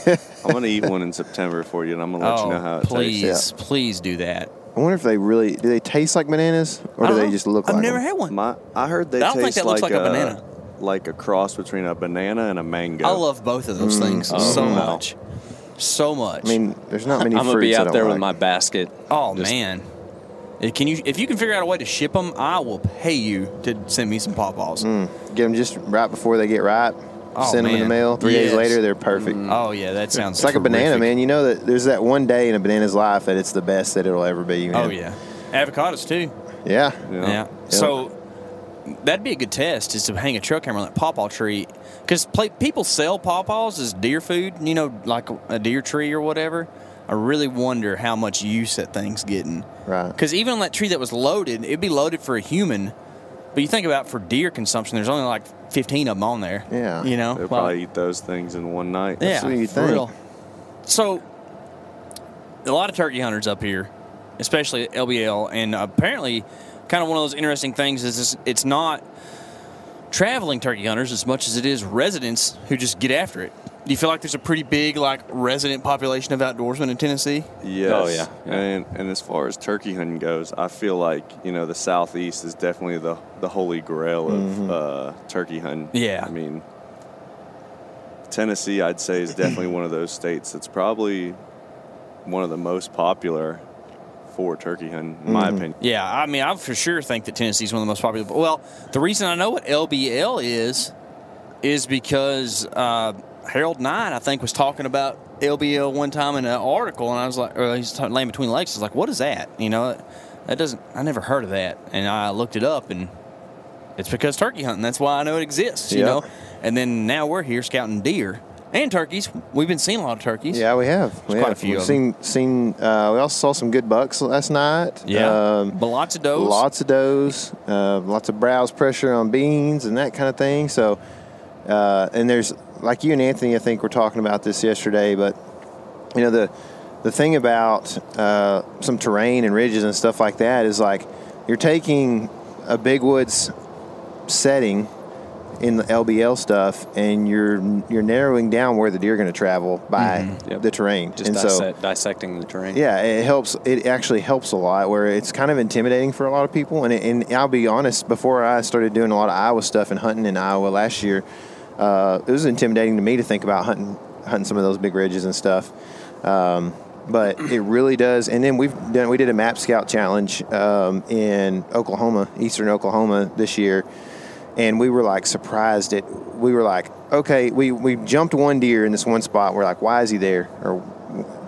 S5: I'm gonna eat
S3: <laughs>
S5: one in September for you, and I'm gonna let
S3: oh,
S5: you know how it
S3: please,
S5: tastes.
S3: please do that.
S2: I wonder if they really do. They taste like bananas, or
S3: I
S2: do
S3: don't
S2: they
S3: know.
S2: just look
S3: I've
S2: like
S3: never
S2: them?
S3: had one.
S5: My, I heard they
S3: I don't think
S5: taste uh,
S3: that looks like a banana.
S5: like a cross between a banana and a mango.
S3: I love both of
S2: Mm,
S3: those things so
S5: wow.
S3: much, so much.
S2: I mean, there's not
S3: <laughs>
S2: many.
S4: I'm gonna
S2: fruits
S4: be
S2: I
S4: out
S2: don't
S4: there
S2: like.
S4: with my basket.
S3: oh
S4: Just-
S3: man, Uh, can you? If you can figure out a way to ship them, I will pay you to send me some pawpaws.
S2: Get them just right before they get ripe.
S3: Oh,
S2: send them in the
S3: man.
S2: mail. Three days
S3: Yes.
S2: later, they're perfect.
S3: Oh yeah, that sounds.
S2: It's like a banana,
S3: terrific.
S2: man. You know that there's that one day in a banana's life that it's the best that it'll ever be. Man.
S3: Oh yeah, avocados too.
S2: Yeah.
S5: Yeah.
S3: Yeah. So that'd be a good test is to hang a trail camera on that pawpaw tree because people sell pawpaws as deer food. You know, like a deer tree or whatever. I really wonder how much use that thing's getting.
S2: Right.
S3: Because even on that tree that was loaded, it'd be loaded for a human. But you think about for deer consumption, there's only like 15 of them on there.
S2: Yeah.
S3: You know?
S5: They'll
S3: Like-
S5: probably eat those things in one night.
S3: yeah,
S2: what you
S3: for
S2: think.
S3: real. So, a lot of turkey hunters up here, especially at LBL, and apparently, kind of one of those interesting things is this, it's not traveling turkey hunters as much as it is residents who just get after it. Do you feel like there's a pretty big like resident population of outdoorsmen in Tennessee?
S5: Yes.
S4: Oh, yeah. Yeah.
S5: And and as far as turkey hunting goes, I feel like you know the southeast is definitely the the holy grail of
S4: Mm-hmm.
S5: uh, turkey hunting.
S3: Yeah.
S5: I mean, Tennessee, I'd say, is definitely one of those states that's probably one of the most popular for turkey hunting, in
S4: Mm-hmm.
S5: my opinion.
S3: Yeah, I mean, I for sure think that Tennessee's one of the most popular. Well, the reason I know what LBL is is because uh, Harold Knight, I think, was talking about LBL one time in an article, and I was like, or he's talking, laying between legs. I was like, what is that? You know, that doesn't. I never heard of that, and I looked it up, and it's because turkey hunting. That's why I know it exists. You
S2: Yeah.
S3: know, and then now we're here scouting deer and turkeys. We've been seeing a lot of turkeys.
S2: Yeah, we have. We
S3: quite a
S2: have.
S3: few
S2: We've
S3: of
S2: seen seen. Uh, we also saw some good bucks last night.
S3: yeah,
S2: Um,
S3: but lots of does.
S2: lots of does, uh, lots of browse pressure on beans and that kind of thing. So, uh, and there's like you and Anthony, I think were talking about this yesterday, but you know the the thing about uh, some terrain and ridges and stuff like that is like you're taking a big woods setting in the LBL stuff, and you're you're narrowing down where the deer are going to travel by
S4: Yep.
S2: the terrain.
S4: Mm-hmm. Just
S2: and
S4: dissect, dissecting the terrain.
S2: yeah, it helps. It actually helps a lot. Where it's kind of intimidating for a lot of people. And, and I'll be honest, before I started doing a lot of Iowa stuff and hunting in Iowa last year, uh, it was intimidating to me to think about hunting hunting some of those big ridges and stuff. Um, but it really does. And then we've done we did a map scout challenge um, in Oklahoma, eastern Oklahoma this year and we were like surprised at we were like okay we, we jumped one deer in this one spot we're like why is he there or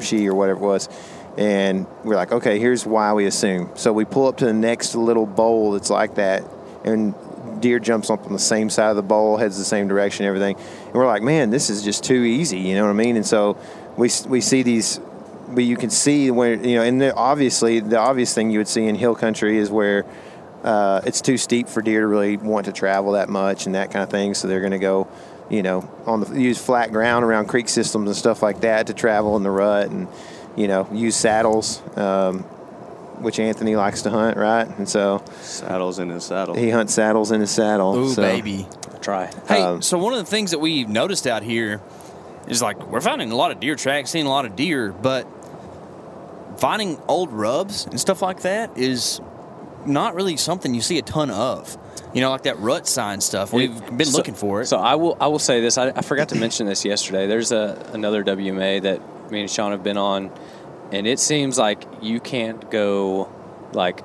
S2: she or whatever it was and we're like okay here's why we assume so we pull up to the next little bowl that's like that and deer jumps up on the same side of the bowl heads the same direction and everything and we're like man this is just too easy you know what i mean and so we, s- we see these but you can see where you know and the, obviously the obvious thing you would see in hill country is where uh, it's too steep for deer to really want to travel that much and that kind of thing. So they're going to go, you know, on the use flat ground around creek systems and stuff like that to travel in the rut and, you know, use saddles, um, which Anthony likes to hunt, right? And so
S5: Saddles in his saddle.
S2: he hunts saddles in his saddle.
S3: Ooh,
S2: so.
S3: baby.
S4: Try.
S3: Hey,
S2: Um,
S3: so one of the things that we've noticed out here is like we're finding a lot of deer tracks, seeing a lot of deer, but finding old rubs and stuff like that is not really something you see a ton of. You know, like that rut sign stuff. We've been
S4: So-
S3: looking for it.
S4: So I will. I will say this. I, I forgot to mention this yesterday. There's a another WMA that me and Sean have been on, and it seems like you can't go like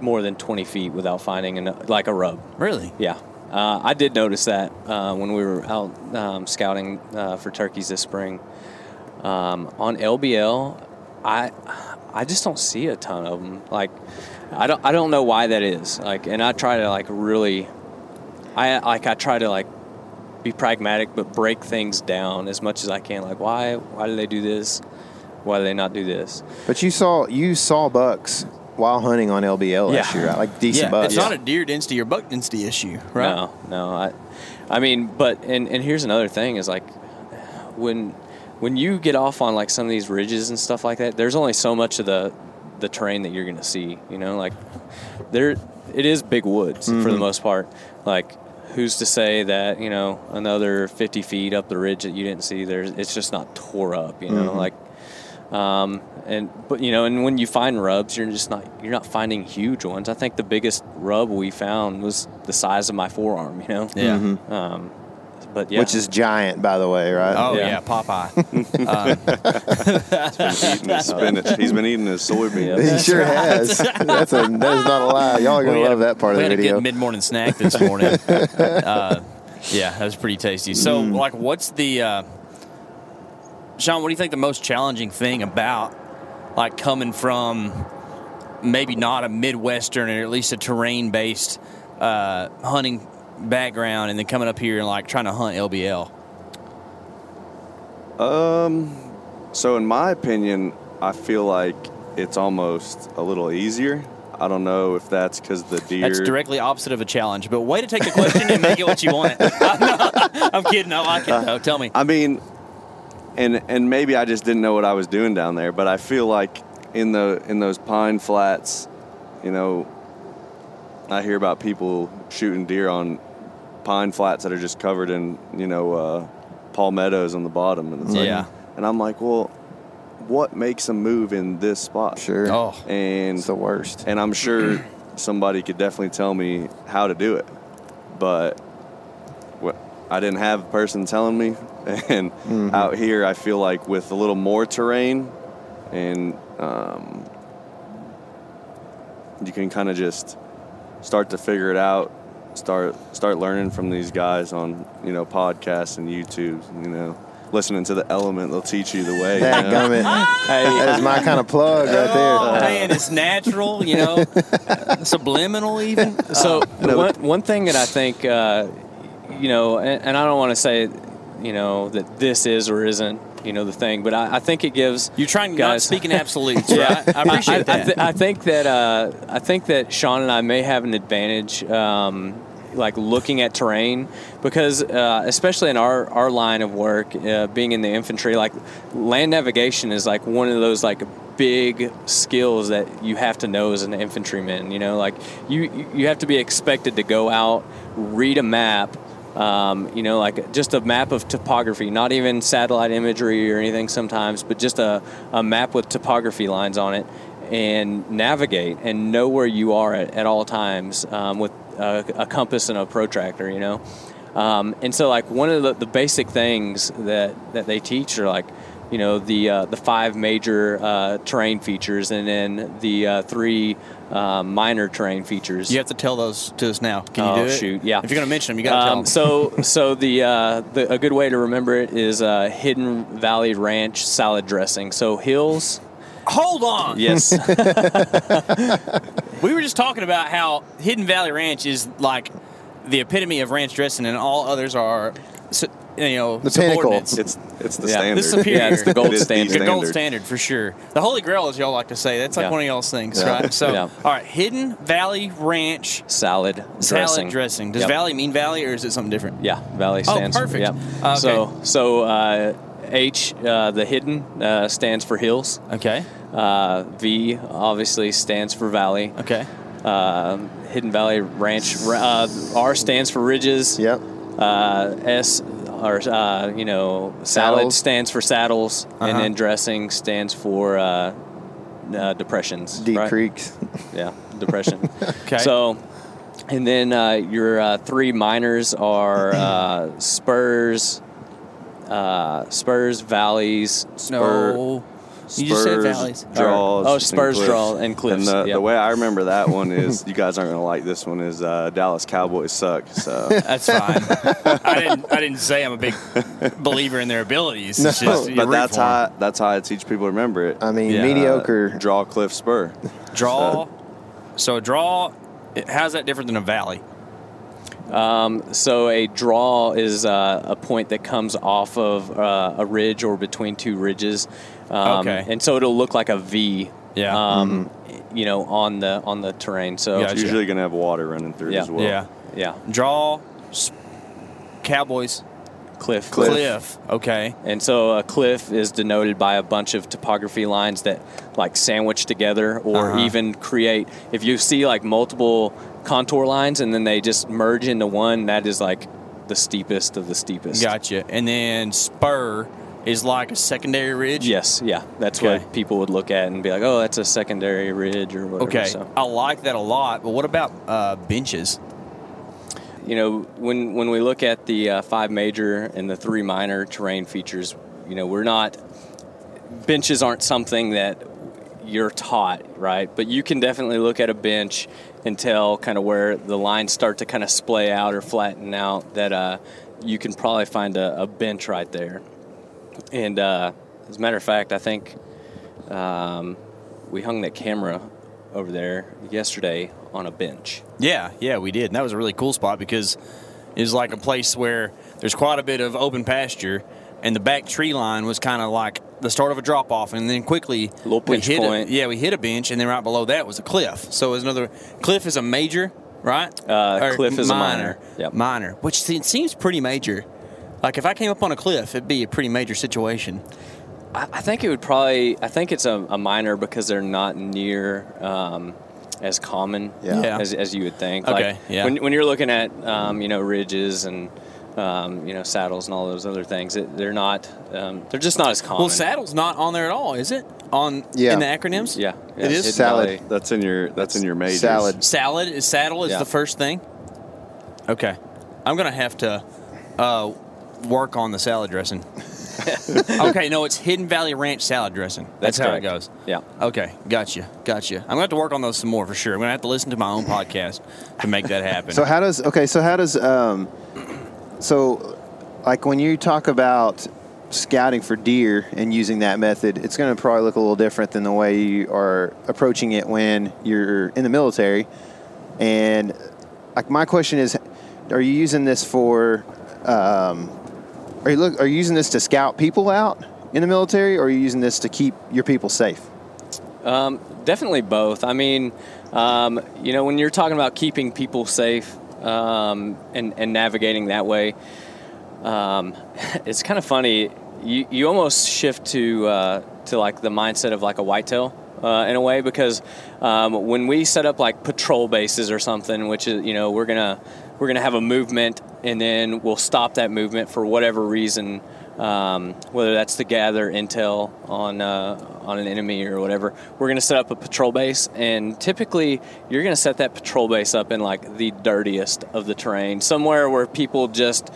S4: more than 20 feet without finding an, like a rub.
S3: really?
S4: Yeah, uh, I did notice that uh, when we were out um, scouting uh, for turkeys this spring. Um, on LBL, I I just don't see a ton of them. Like, I don't I don't know why that is. Like, and I try to like really, I like I try to like be pragmatic, but break things down as much as I can. Like, why why do they do this? Why do they not do this?
S2: But you saw you saw bucks while hunting on LBL last
S4: Yeah.
S2: year, right? Like decent
S3: yeah,
S2: bucks.
S3: it's not a deer density or buck density issue, right?
S4: No, no. I, I mean, but and and here's another thing is like, when when you get off on like some of these ridges and stuff like that, there's only so much of the the terrain that you're gonna see. You know, like there it is big woods for
S2: Mm-hmm.
S4: the most part. Like. Who's to say that you know another 50 feet up the ridge that you didn't see? There's it's just not tore up, you
S2: Mm-hmm.
S4: know. Like um, and but you know, and when you find rubs, you're just not you're not finding huge ones. I think the biggest rub we found was the size of my forearm. You know,
S3: Yeah.
S4: Um, but yeah,
S2: Which is giant, by the way, right?
S3: Oh yeah,
S4: Yeah.
S3: Popeye.
S5: Eating his spinach. He's been eating his
S2: <laughs>
S5: soybeans.
S2: he sure has. <laughs> That's a that is not a lie. Y'all are gonna
S3: We had
S2: love
S3: a-
S2: that part of the
S3: we had a
S2: video.
S3: good mid-morning snack this
S2: <laughs>
S3: morning. uh, yeah, that was pretty tasty. So,
S2: Hmm.
S3: like, what's the uh, Sean? What do you think the most challenging thing about like coming from maybe not a midwestern or at least a terrain-based uh, hunting background, and then coming up here and like trying to hunt LBL?
S5: Um, so in my opinion, I feel like it's almost a little easier. I don't know if that's because the deer.
S3: That's directly opposite of a challenge. But way to take the question and make it what you want. <laughs> I'm kidding. I like
S2: Uh-huh.
S3: it though. Tell me.
S5: I mean, and and maybe I just didn't know what I was doing down there, but I feel like in the in those pine flats, you know, I hear about people shooting deer on pine flats that are just covered in you know uh, palmettos on the bottom, and it's like,
S3: Yeah.
S5: and I'm like, well, what makes a move in this spot?
S2: sure.
S3: Oh,
S5: and
S2: It's the worst.
S5: and I'm sure somebody could definitely tell me how to do it, but wh- I didn't have a person telling me. <laughs> And out here, I feel like with a little more terrain, and um, you can kind of just start to figure it out. Start start learning from these guys on you know podcasts and YouTube. You know, listening to the Element, they'll teach you the way. you
S2: That
S5: know?
S2: gummit. That is my kind of plug right there.
S4: Uh,
S3: Oh, man, it's natural, you
S4: <laughs>
S3: know, subliminal even.
S4: so
S2: uh,
S4: one, one thing that I think, uh, you know, and, and I don't want to say, you know, that this is or isn't, you know, the thing, but I, I think it gives
S3: You're trying not to
S4: guys,
S3: speak in absolutes, right? I appreciate
S4: I,
S3: that.
S4: I, th- I think that uh, I think that Sean and I may have an advantage, um, like looking at terrain, because uh, especially in our, our line of work, uh, being in the infantry, like land navigation is like one of those like big skills that you have to know as an infantryman. You know, like you you- you have to be expected to go out, read a map, um, you know, like just a map of topography, not even satellite imagery or anything sometimes, but just a, a map with topography lines on it and navigate and know where you are at, at all times um, with a, a compass and a protractor, you know. Um, and so, like, one of the, the basic things that, that they teach are like, you know the uh, the five major uh, terrain features and then the uh, three uh, minor terrain features
S3: you have to tell those to us now. Can you
S4: oh
S3: do it?
S4: shoot! Yeah,
S3: If you're going to mention them, you got to tell
S4: Um,
S3: them.
S4: So, so the, uh, the a good way to remember it is uh, Hidden Valley Ranch salad dressing. So hills,
S3: Hold on.
S4: yes,
S3: We were just talking about how Hidden Valley Ranch is like the epitome of ranch dressing, and all others are, su- you know,
S2: The pinnacle.
S3: subordinates.
S5: It's it's the
S4: Yeah.
S5: standard.
S3: This superior.
S4: Yeah, it's the gold
S5: It is
S4: standard.
S3: The gold standard for sure. The Holy Grail, as y'all like to say, that's like
S4: Yeah.
S3: one of y'all's things,
S2: Yeah.
S3: right? So,
S4: Yeah.
S3: all right, Hidden Valley Ranch
S4: salad dressing.
S3: salad dressing. Does
S4: Yep.
S3: Valley mean Valley, or is it something different?
S4: Yeah, Valley
S3: Oh,
S4: stands. for-
S3: perfect.
S4: Yeah.
S3: Okay.
S4: So, so uh, H, uh, the hidden, uh, stands for hills.
S3: Okay.
S4: Uh, v obviously stands for valley.
S3: Okay.
S4: Uh, Hidden Valley Ranch. Uh, R stands for ridges.
S2: Yep.
S4: uh, S or uh, you know salad
S2: Saddles.
S4: stands for saddles,
S3: Uh-huh.
S4: and then dressing stands for uh, uh, depressions.
S2: Deep
S4: right?
S2: creeks.
S4: Yeah, depression.
S3: Okay.
S4: So, and then uh, your uh, three minors are uh, spurs, uh, spurs, valleys, spur,
S3: No.
S5: Spurs,
S3: You just said valleys.
S5: draws.
S4: Oh,
S5: and
S4: Spurs,
S5: cliffs.
S4: draw, and cliffs,
S5: And the,
S4: yep.
S5: the way I remember
S4: <laughs>
S5: that one is, you guys aren't gonna like this one. Is uh, Dallas Cowboys suck.
S2: <laughs>
S5: So
S3: That's fine. <laughs> I didn't. I didn't say I'm a big believer in their abilities. It's
S2: No,
S3: just, you
S5: but
S3: root
S5: that's
S3: for 'em.
S5: how that's how I teach people to remember it.
S2: I mean,
S3: Yeah.
S2: mediocre.
S5: Draw Cliff Spur.
S3: draw. So a draw. it- How's that different than a valley?
S4: Um, so a draw is uh, a point that comes off of uh, a ridge or between two ridges, um,
S3: Okay.
S4: and so it'll look like a V.
S3: Yeah.
S4: Um, You know, on the on the terrain. So
S3: Yeah,
S5: It's
S3: Gotcha.
S5: usually gonna have water running through it
S4: Yeah.
S5: as well.
S3: yeah.
S4: yeah,
S3: Draw. s- Cowboys.
S4: cliff.
S5: Cliff.
S3: Cliff. Okay.
S4: And so a cliff is denoted by a bunch of topography lines that like sandwich together or
S3: Uh-huh.
S4: even create. If you see like multiple contour lines and then they just merge into one, that is like the steepest of the steepest.
S3: Gotcha. And then spur is like a secondary ridge.
S4: Yes, yeah. That's
S3: Okay.
S4: what people would look at and be like, oh, that's a secondary ridge or whatever.
S3: Okay.
S4: So,
S3: I like that a lot. But what about uh, benches?
S4: you know, when, when we look at the uh, five major and the three minor terrain features, you know, we're not, benches aren't something that you're taught, right? But you can definitely look at a bench and tell kind of where the lines start to kind of splay out or flatten out that uh, you can probably find a, a bench right there. And uh, as a matter of fact, I think um, we hung that camera over there yesterday on a bench.
S3: Yeah, yeah, we did. And that was a really cool spot because it was like a place where there's quite a bit of open pasture, and the back tree line was kind of like the start of a drop off, and then quickly
S4: Little
S3: we
S4: pinch
S3: hit
S4: point.
S3: A, yeah, we hit a bench, and then right below that was a cliff. So it was another cliff is a major, right?
S4: Uh, cliff is a minor. Yep.
S3: minor, which se- seems pretty major. Like if I came up on a cliff, it'd be a pretty major situation.
S4: I, I think it would probably, I think it's a, a minor because they're not near um, as common
S2: Yeah.
S3: Yeah.
S4: As, as you would think.
S3: Okay,
S4: Like,
S3: yeah.
S4: When, when you're looking at, um, you know, ridges and, um, you know, saddles and all those other things, it, they're not, um, they're just not as common.
S3: Well, saddle's not on there at all, is it? On
S2: Yeah.
S3: in the acronyms,
S4: Yeah.
S2: It is
S4: Hidden
S2: salad.
S4: Valley.
S5: That's in your that's in your majors.
S2: Salad.
S3: Salad is saddle is
S4: Yeah.
S3: the first thing. Okay, I'm gonna have to uh, work on the salad dressing. okay, no, it's Hidden Valley Ranch salad dressing. That's, how
S4: correct.
S3: it goes.
S4: Yeah.
S3: Okay, gotcha, gotcha. I'm gonna have to work on those some more for sure. I'm gonna have to listen to my own podcast to make that
S2: <laughs>
S3: happen.
S2: So how does okay? So how does um, so like when you talk about scouting for deer and using that method, it's going to probably look a little different than the way you are approaching it when you're in the military. And like my question is, are you using this for? Um, are you look? Are you using this to scout people out in the military, or are you using this to keep your people safe?
S4: Um, definitely both. I mean, um, you know, when you're talking about keeping people safe um, and, and navigating that way, um, <laughs> it's kind of funny. You, you almost shift to uh, to like the mindset of like a whitetail uh, in a way because um, when we set up like patrol bases or something, which is you know we're gonna we're gonna have a movement and then we'll stop that movement for whatever reason, um, whether that's to gather intel on uh, on an enemy or whatever. We're gonna set up a patrol base, and typically you're gonna set that patrol base up in like the dirtiest of the terrain, somewhere where people just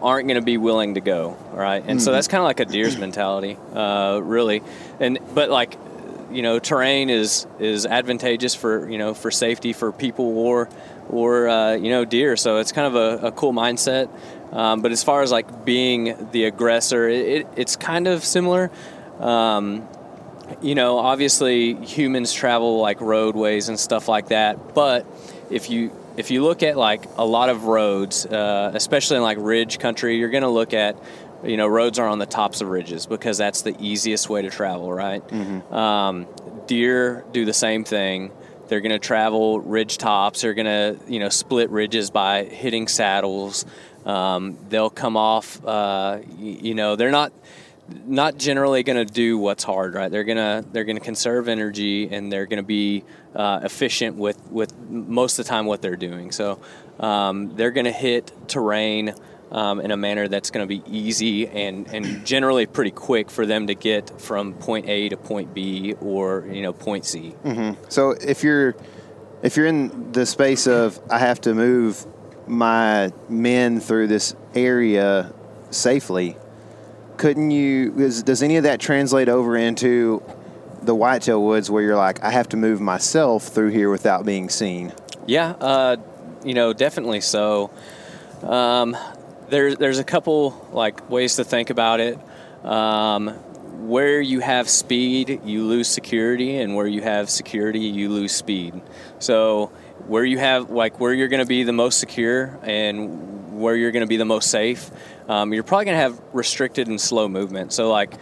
S4: aren't going to be willing to go, right? And so that's kind of like a deer's mentality, uh, really. And but like, you know, terrain is is advantageous for you know for safety for people or or uh, you know deer. So it's kind of a, a cool mindset. Um, but as far as like being the aggressor, it, it, it's kind of similar. Um, you know, obviously humans travel like roadways and stuff like that, but if you if you look at like a lot of roads, uh, especially in like ridge country, you're going to look at you know roads are on the tops of ridges because that's the easiest way to travel, right? Um, deer do the same thing. They're going to travel ridge tops. They're going to you know split ridges by hitting saddles. Um, they'll come off. Uh, y- you know, they're not not generally going to do what's hard, right? They're gonna they're gonna conserve energy and they're gonna be uh, efficient with with most of the time what they're doing. So um, they're gonna hit terrain um, in a manner that's gonna be easy and and generally pretty quick for them to get from point A to point B or you know point C.
S2: So if you're if you're in the space of I have to move my men through this area safely, couldn't you? Is, does any of that translate over into the whitetail woods where you're like, I have to move myself through here without being seen?
S4: Yeah, uh, you know, definitely. So um, there's there's a couple like ways to think about it. Um, where you have speed, you lose security, and where you have security, you lose speed. So where you have like where you're going to be the most secure and where you're going to be the most safe, um, you're probably going to have restricted and slow movement. So like,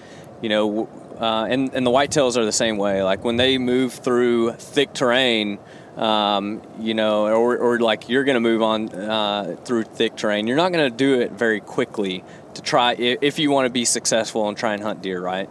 S4: you know, w- uh, and and the whitetails are the same way. Like when they move through thick terrain, um, you know, or, or like you're going to move on uh, through thick terrain. You're not going to do it very quickly to try i- if you want to be successful and try and hunt deer, right?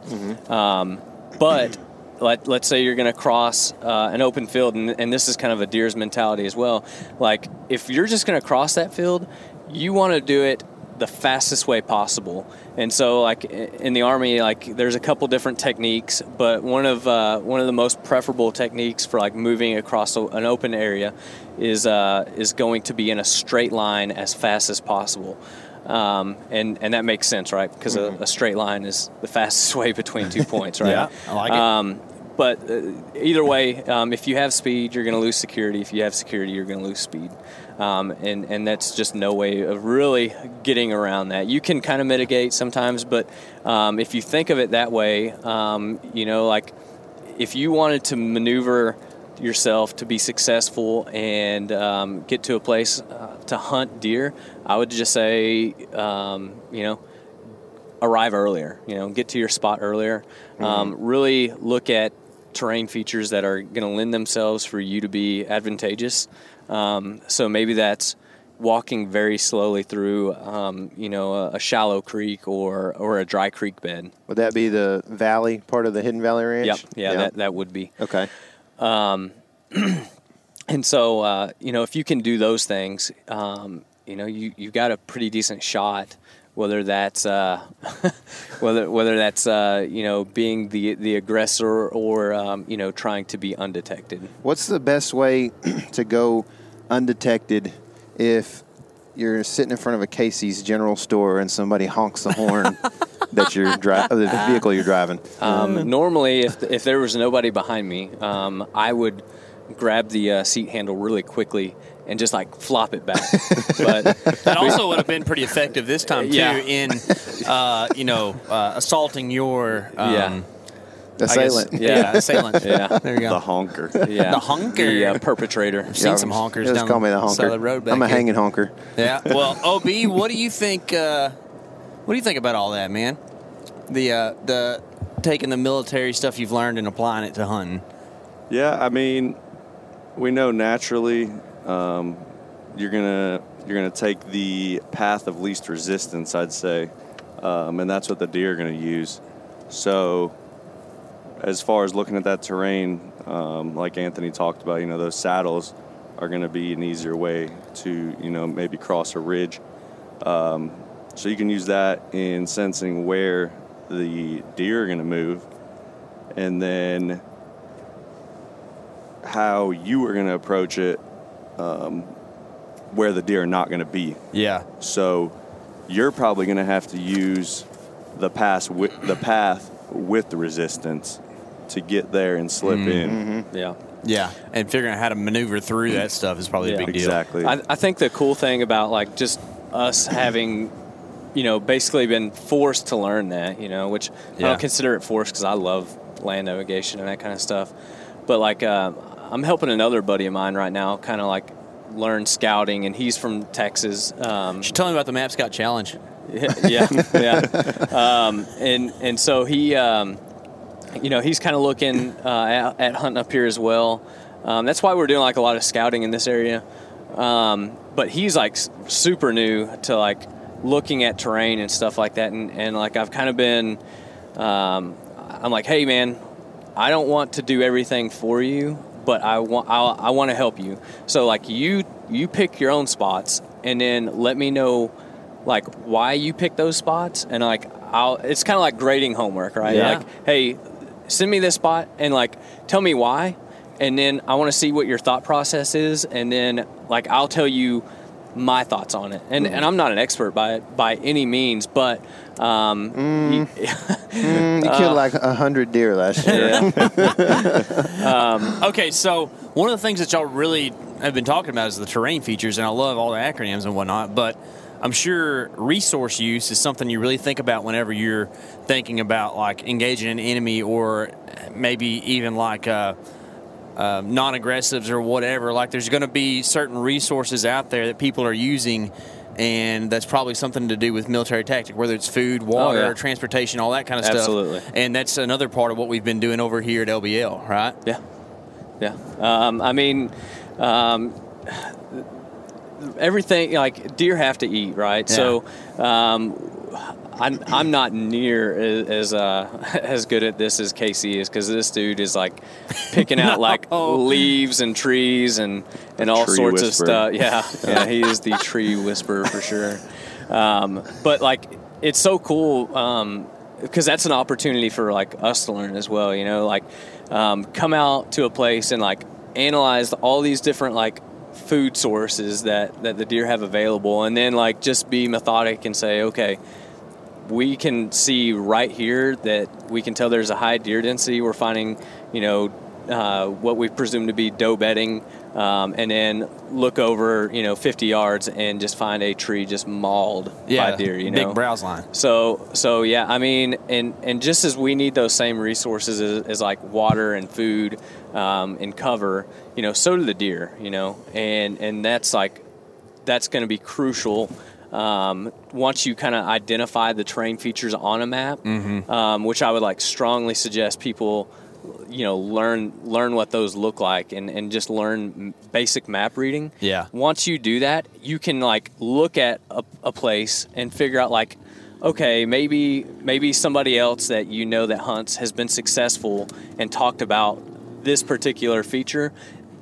S4: Um, but let, let's say you're going to cross uh, an open field, and, and this is kind of a deer's mentality as well. Like if you're just going to cross that field, you want to do it the fastest way possible. And so, like i- in the army, like there's a couple different techniques, but one of uh, one of the most preferable techniques for like moving across a, an open area is uh, is going to be in a straight line as fast as possible. Um, and and that makes sense, right? Because a, a straight line is the <laughs> fastest way between two points, right?
S6: Mm-hmm. Yeah, I like it.
S4: Um, but uh, either way, um, if you have speed, you're going to lose security. If you have security, you're going to lose speed. Um, and, and that's just no way of really getting around that. You can kind of mitigate sometimes, but um, if you think of it that way, um, you know, like if you wanted to maneuver yourself to be successful and um, get to a place uh, to hunt deer, I would just say, um, you know, arrive earlier. You know, get to your spot earlier. Um, really look at terrain features that are going to lend themselves for you to be advantageous. Um, so maybe that's walking very slowly through, um, you know, a, a shallow creek or or a dry creek bed.
S2: Would that be the valley part of the Hidden Valley Ranch?
S4: Yep. Yeah, That, that would be.
S2: okay.
S4: And so, uh, you know, if you can do those things, um, you know, you you got a pretty decent shot. Whether that's uh, <laughs> whether whether that's uh, you know being the the aggressor or um, you know trying to be undetected.
S2: What's the best way <clears throat> to go undetected if you're sitting in front of a Casey's General Store and somebody honks the horn that you're dri- of the vehicle you're driving?
S4: Um, normally, if if there was nobody behind me, um, I would grab the uh, seat handle really quickly and just like flop it back. but
S3: That also would have been pretty effective this time too
S4: Yeah.
S3: in, uh, you know, uh, assaulting your um,
S4: Yeah.
S3: I guess-
S2: Assailant.
S3: yeah,
S4: Yeah.
S3: assailant.
S4: Yeah.
S3: there you go.
S4: <laughs>
S5: The honker.
S4: yeah,
S3: The honker.
S4: the uh, perpetrator.
S3: Seen some honkers
S2: Just
S3: down
S2: call me the
S3: the
S2: honker.
S3: side of the road back
S2: I'm a
S3: here.
S2: hanging honker.
S3: Yeah. Well, Ob, what do you think? Uh, what do you think about all that, man? The uh, the taking the military stuff you've learned and applying it to hunting.
S5: Yeah, I mean, we know naturally um, you're gonna you're gonna take the path of least resistance, I'd say, um, and that's what the deer are gonna use. So, as far as looking at that terrain, um, like Anthony talked about, you know, those saddles are gonna be an easier way to you know maybe cross a ridge. Um, so you can use that in sensing where the deer are gonna move, and then how you were going to approach it, um, where the deer are not going to be.
S3: Yeah.
S5: So you're probably going to have to use the pass with the path with the resistance to get there and slip
S3: Mm-hmm.
S5: in.
S4: Yeah.
S3: Yeah. And figuring out how to maneuver through that stuff is probably
S4: Yeah.
S3: a big deal.
S5: Exactly.
S4: I, I think the cool thing about like just us having, you know, basically been forced to learn that, you know, which I
S3: Yeah.
S4: don't consider it forced because I love land navigation and that kind of stuff. But like, uh, I'm helping another buddy of mine right now, kind of like learn scouting, and he's from Texas. Um,
S3: Should tell me about the Map Scout Challenge.
S4: <laughs> yeah, yeah. Um, and and so he, um, you know, he's kind of looking uh, at, at hunting up here as well. Um, that's why we're doing like a lot of scouting in this area. Um, but he's like s- super new to like looking at terrain and stuff like that. And, and like I've kind of been, um, I'm like, hey man, I don't want to do everything for you, but I want I, I want to help you. So like you you pick your own spots and then let me know like why you pick those spots and like I'll it's kind of like grading homework, right?
S3: Yeah.
S4: Like hey, send me this spot and like tell me why and then I want to see what your thought process is and then like I'll tell you my thoughts on it. And and I'm not an expert by by any means, but um,
S2: Mm, you
S3: Uh,
S2: killed like a hundred deer
S3: <laughs>
S2: last year.
S3: Okay, so one of the things that y'all really have been talking about is the terrain features, and I love all the acronyms and whatnot, but I'm sure resource use is something you really think about whenever you're thinking about like engaging an enemy or maybe even like uh, uh, non aggressives or whatever. Like there's going to be certain resources out there that people are using. And that's probably something to do with military tactic, whether it's food, water,
S4: Oh, yeah.
S3: transportation, all that kind of
S4: Absolutely.
S3: stuff. And that's another part of what we've been doing over here at LBL, right?
S4: Yeah, yeah. Um, I mean, um, everything like deer have to eat, right? So, um, I'm I'm not near as as, uh, <laughs> as good at this as Casey is because this dude is like picking
S5: <laughs>
S4: out like leaves and trees and and all
S5: Tree
S4: sorts
S5: whisperer.
S4: of stuff. Yeah, <laughs> yeah. He is the tree whisperer for sure. Um, but like, it's so cool. Um, because that's an opportunity for like us to learn as well you know like um, come out to a place and like analyze all these different like food sources that that the deer have available and then like just be methodic and say okay we can see right here that we can tell there's a high deer density. We're finding, you know, uh, what we presume to be doe bedding, um, and then look over, you know, 50 yards and just find a tree just mauled by deer. You know,
S3: big browse line.
S4: so so yeah, I mean, and and just as we need those same resources as, as like water and food um, and cover, you know, so do the deer, you know, and and that's like that's going to be crucial. Um, once you kind of identify the terrain features on a map, um, which I would like strongly suggest people, you know, learn learn what those look like and, and just learn m- basic map reading.
S3: Yeah.
S4: Once you do that, you can like look at a, a place and figure out like, okay, maybe maybe somebody else that you know that hunts has been successful and talked about this particular feature.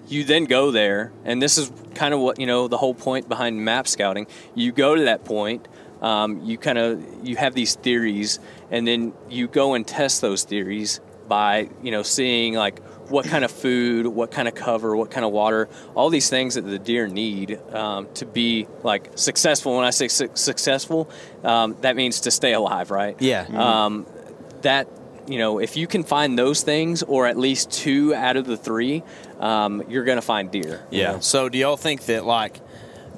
S4: You then go there, and this is kind of what you know the whole point behind map scouting. You go to that point, um, you kind of you have these theories, and then you go and test those theories by you know seeing like what kind of food, what kind of cover, what kind of water, all these things that the deer need um, to be like successful. When I say su- successful, um, that means to stay alive, right?
S3: Yeah.
S4: Um, that you know, if you can find those things, or at least two out of the three, um, you're gonna find deer. you know?
S3: So do y'all think that like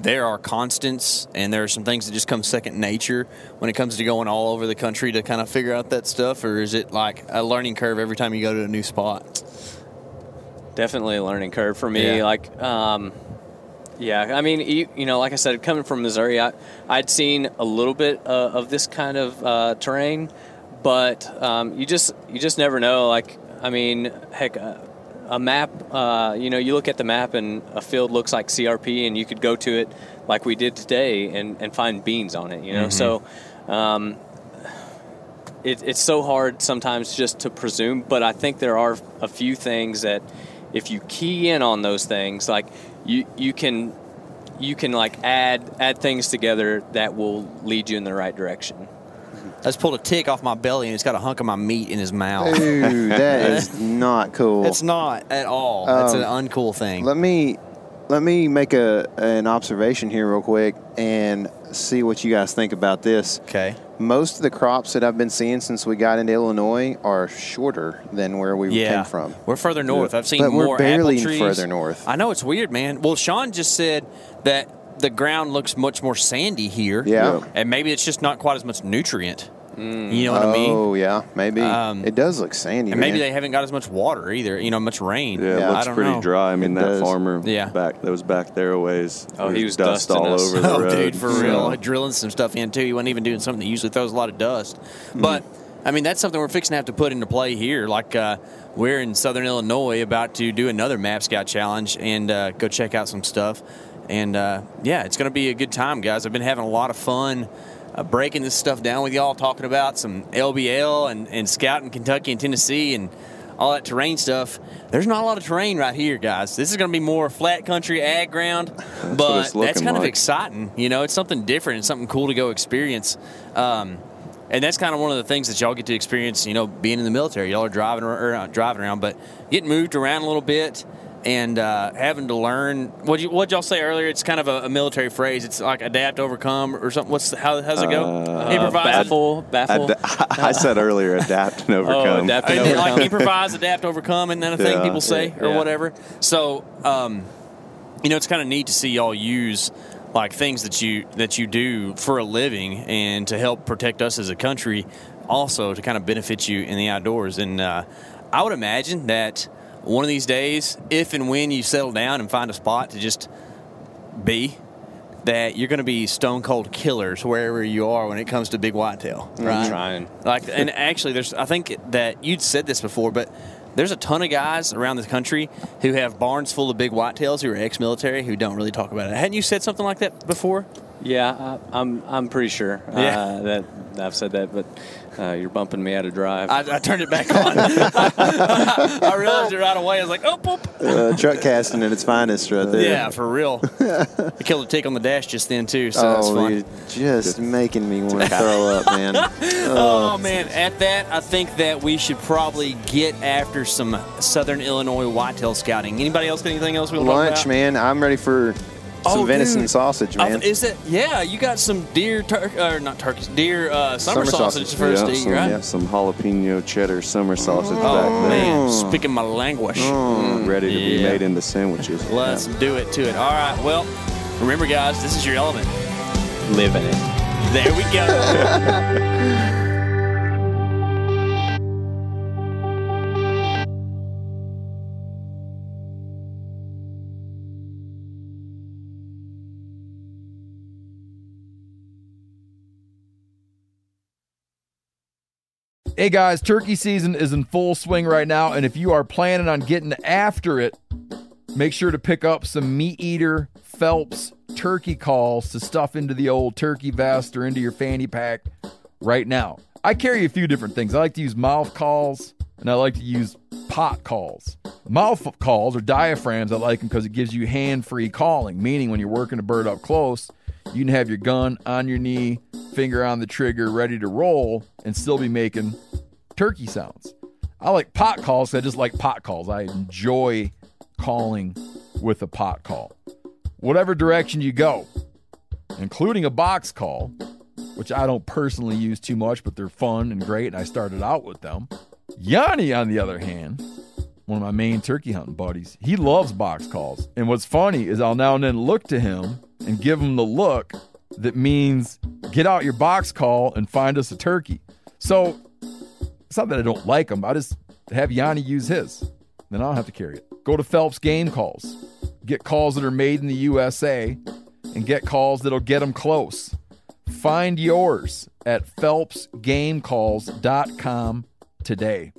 S3: there are constants and there are some things that just come second nature when it comes to going all over the country to kind of figure out that stuff, or is it like a learning curve every time you go to a new spot?
S4: definitely a learning curve for me.
S3: Yeah.
S4: Like, um, yeah, I mean, you, you know, like I said, coming from Missouri, I, I'd seen a little bit uh, of this kind of uh, terrain, but um, you just you just never know. Like, I mean, heck, uh, a map. Uh, you know, you look at the map and a field looks like CRP, and you could go to it like we did today and and find beans on it. You know, so. Um, it, it's so hard sometimes just to presume, but I think there are a few things that if you key in on those things, like you you can you can like add add things together that will lead you in the right direction.
S3: I just pulled a tick off my belly and it's got a hunk of my meat in his mouth.
S2: Dude,
S3: <laughs>
S2: that is not cool.
S3: it's not at all. That's an uncool thing.
S2: um, Let me let me make a an observation here real quick and see what you guys think about this.
S3: okay.
S2: Most of the crops that I've been seeing since we got into Illinois are shorter than where we
S3: Yeah.
S2: came from.
S3: We're further north. I've seen
S2: But we're
S3: more
S2: barely
S3: apple trees.
S2: further north.
S3: I know it's weird, man. Well, Sean just said that the ground looks much more sandy here.
S2: Yeah.
S3: And maybe it's just not quite as much nutrient. You know what I mean?
S2: Oh yeah, maybe
S3: Um,
S2: it does look sandy.
S3: And maybe
S2: man.
S3: they haven't got as much water either, you know, much rain.
S5: Yeah,
S2: Yeah.
S5: it
S3: I
S5: looks
S3: don't
S5: pretty
S3: know.
S5: dry. I mean,
S2: It
S5: that
S2: does.
S5: farmer
S3: Yeah.
S5: back that was back there a ways.
S4: Oh, he
S5: There's
S4: was
S5: dust
S4: dusting
S5: all
S3: <laughs>
S4: us.
S5: over the
S3: Oh,
S5: road.
S3: dude, for
S5: so- <laughs>
S3: real. Like drilling some stuff in, too. He wasn't even doing something that usually throws a lot of dust. But, I mean, that's something we're fixing to have to put into play here. Like, uh, we're in southern Illinois about to do another Map Scout Challenge and uh, go check out some stuff. And, uh, yeah, it's going to be a good time, guys. I've been having a lot of fun. Uh, breaking this stuff down with y'all, talking about some LBL and, and scouting Kentucky and Tennessee and all that terrain stuff. There's not a lot of terrain right here, guys. This is going to be more flat country ag ground, but
S5: it's
S3: that's
S5: looking
S3: kind of
S5: like.
S3: exciting. You know, it's something different and something cool to go experience. Um, and that's kind of one of the things that y'all get to er, experience. You know, being in the military, y'all are driving ar- or not driving around, but getting moved around a little bit and uh, having to learn. What you what y'all say earlier? It's kind of a, a military phrase. It's like adapt, overcome, or something. What's the, how how's it go?
S5: Uh,
S3: improvise,
S4: baffle, baffle.
S5: Ad- I said earlier, adapt
S3: <laughs> Oh,
S5: and overcome.
S4: adapt
S3: And
S4: and
S3: then, like
S4: overcome.
S3: improvise, adapt, overcome, and then a thing
S5: Yeah,
S3: people say or
S4: yeah.
S3: whatever. So, um, you know, it's kind of neat to see y'all use like things that you that you do for a living and to help protect us as a country, also to kind of benefit you in the outdoors. And uh, I would imagine that one of these days, if and when you settle down and find a spot to just be. That you're going to be stone cold killers wherever you are when it comes to big whitetail, right?
S4: trying.
S3: Like, and actually, there's I think that you'd said this before, but there's a ton of guys around this country who have barns full of big whitetails who are ex-military who don't really talk about it. Hadn't you said something like that before?
S4: Yeah, I, I'm I'm pretty sure uh,
S3: Yeah.
S4: that I've said that, but uh, you're bumping me out of drive.
S3: I, I turned it back on. <laughs> I realized it right away. I was like, oh, poop.
S2: Uh, truck casting at its finest, right there.
S3: Yeah, for real. I killed a tick on the dash just then too, so that's
S2: oh,
S3: fun.
S2: you're
S3: <laughs>
S2: just making me want to throw up, man.
S3: Oh man, at that, I think that we should probably get after some Southern Illinois whitetail scouting. Anybody else got anything else we want to talk
S2: Lunch,
S3: about?
S2: man. I'm ready for some
S3: Oh,
S2: venison
S3: dude.
S2: sausage,
S3: I
S2: man.
S3: th- is it? Yeah, you got some deer, tur- or not turkeys, deer uh,
S2: Summer
S3: summer, sausage,
S2: sausage.
S3: first
S5: Yeah,
S3: to eat,
S5: some,
S3: right?
S5: yeah, some jalapeno cheddar summer sausage
S3: Oh
S5: back there.
S3: man, speaking my language.
S5: Ready to be
S3: Yeah.
S5: made into sandwiches.
S3: Let's
S5: Yeah.
S3: do it to it. All right. Well, remember, guys, this is your element.
S4: live in it.
S3: There we go.
S1: Hey guys, turkey season is in full swing right now, and if you are planning on getting after it, make sure to pick up some meat eater Phelps turkey calls to stuff into the old turkey vest or into your fanny pack right now. I carry a few different things. I like to use mouth calls and I like to use pot calls. Mouth calls or diaphragms, I like them because it gives you hand free calling, meaning when you're working a bird up close, you can have your gun on your knee, finger on the trigger, ready to roll, and still be making turkey sounds. I like pot calls. 'cause I just like pot calls. I enjoy calling with a pot call. Whatever direction you go, including a box call, which I don't personally use too much, but they're fun and great, and I started out with them. Yanni, on the other hand, one of my main turkey hunting buddies, he loves box calls. And what's funny is I'll now and then look to him and give him the look that means get out your box call and find us a turkey. So it's not that I don't like them. I just have Yanni use his. Then I don't have to carry it. Go to Phelps Game Calls. Get calls that are made in the USA and get calls that'll get them close. Find yours at phelpsgamecalls.com today.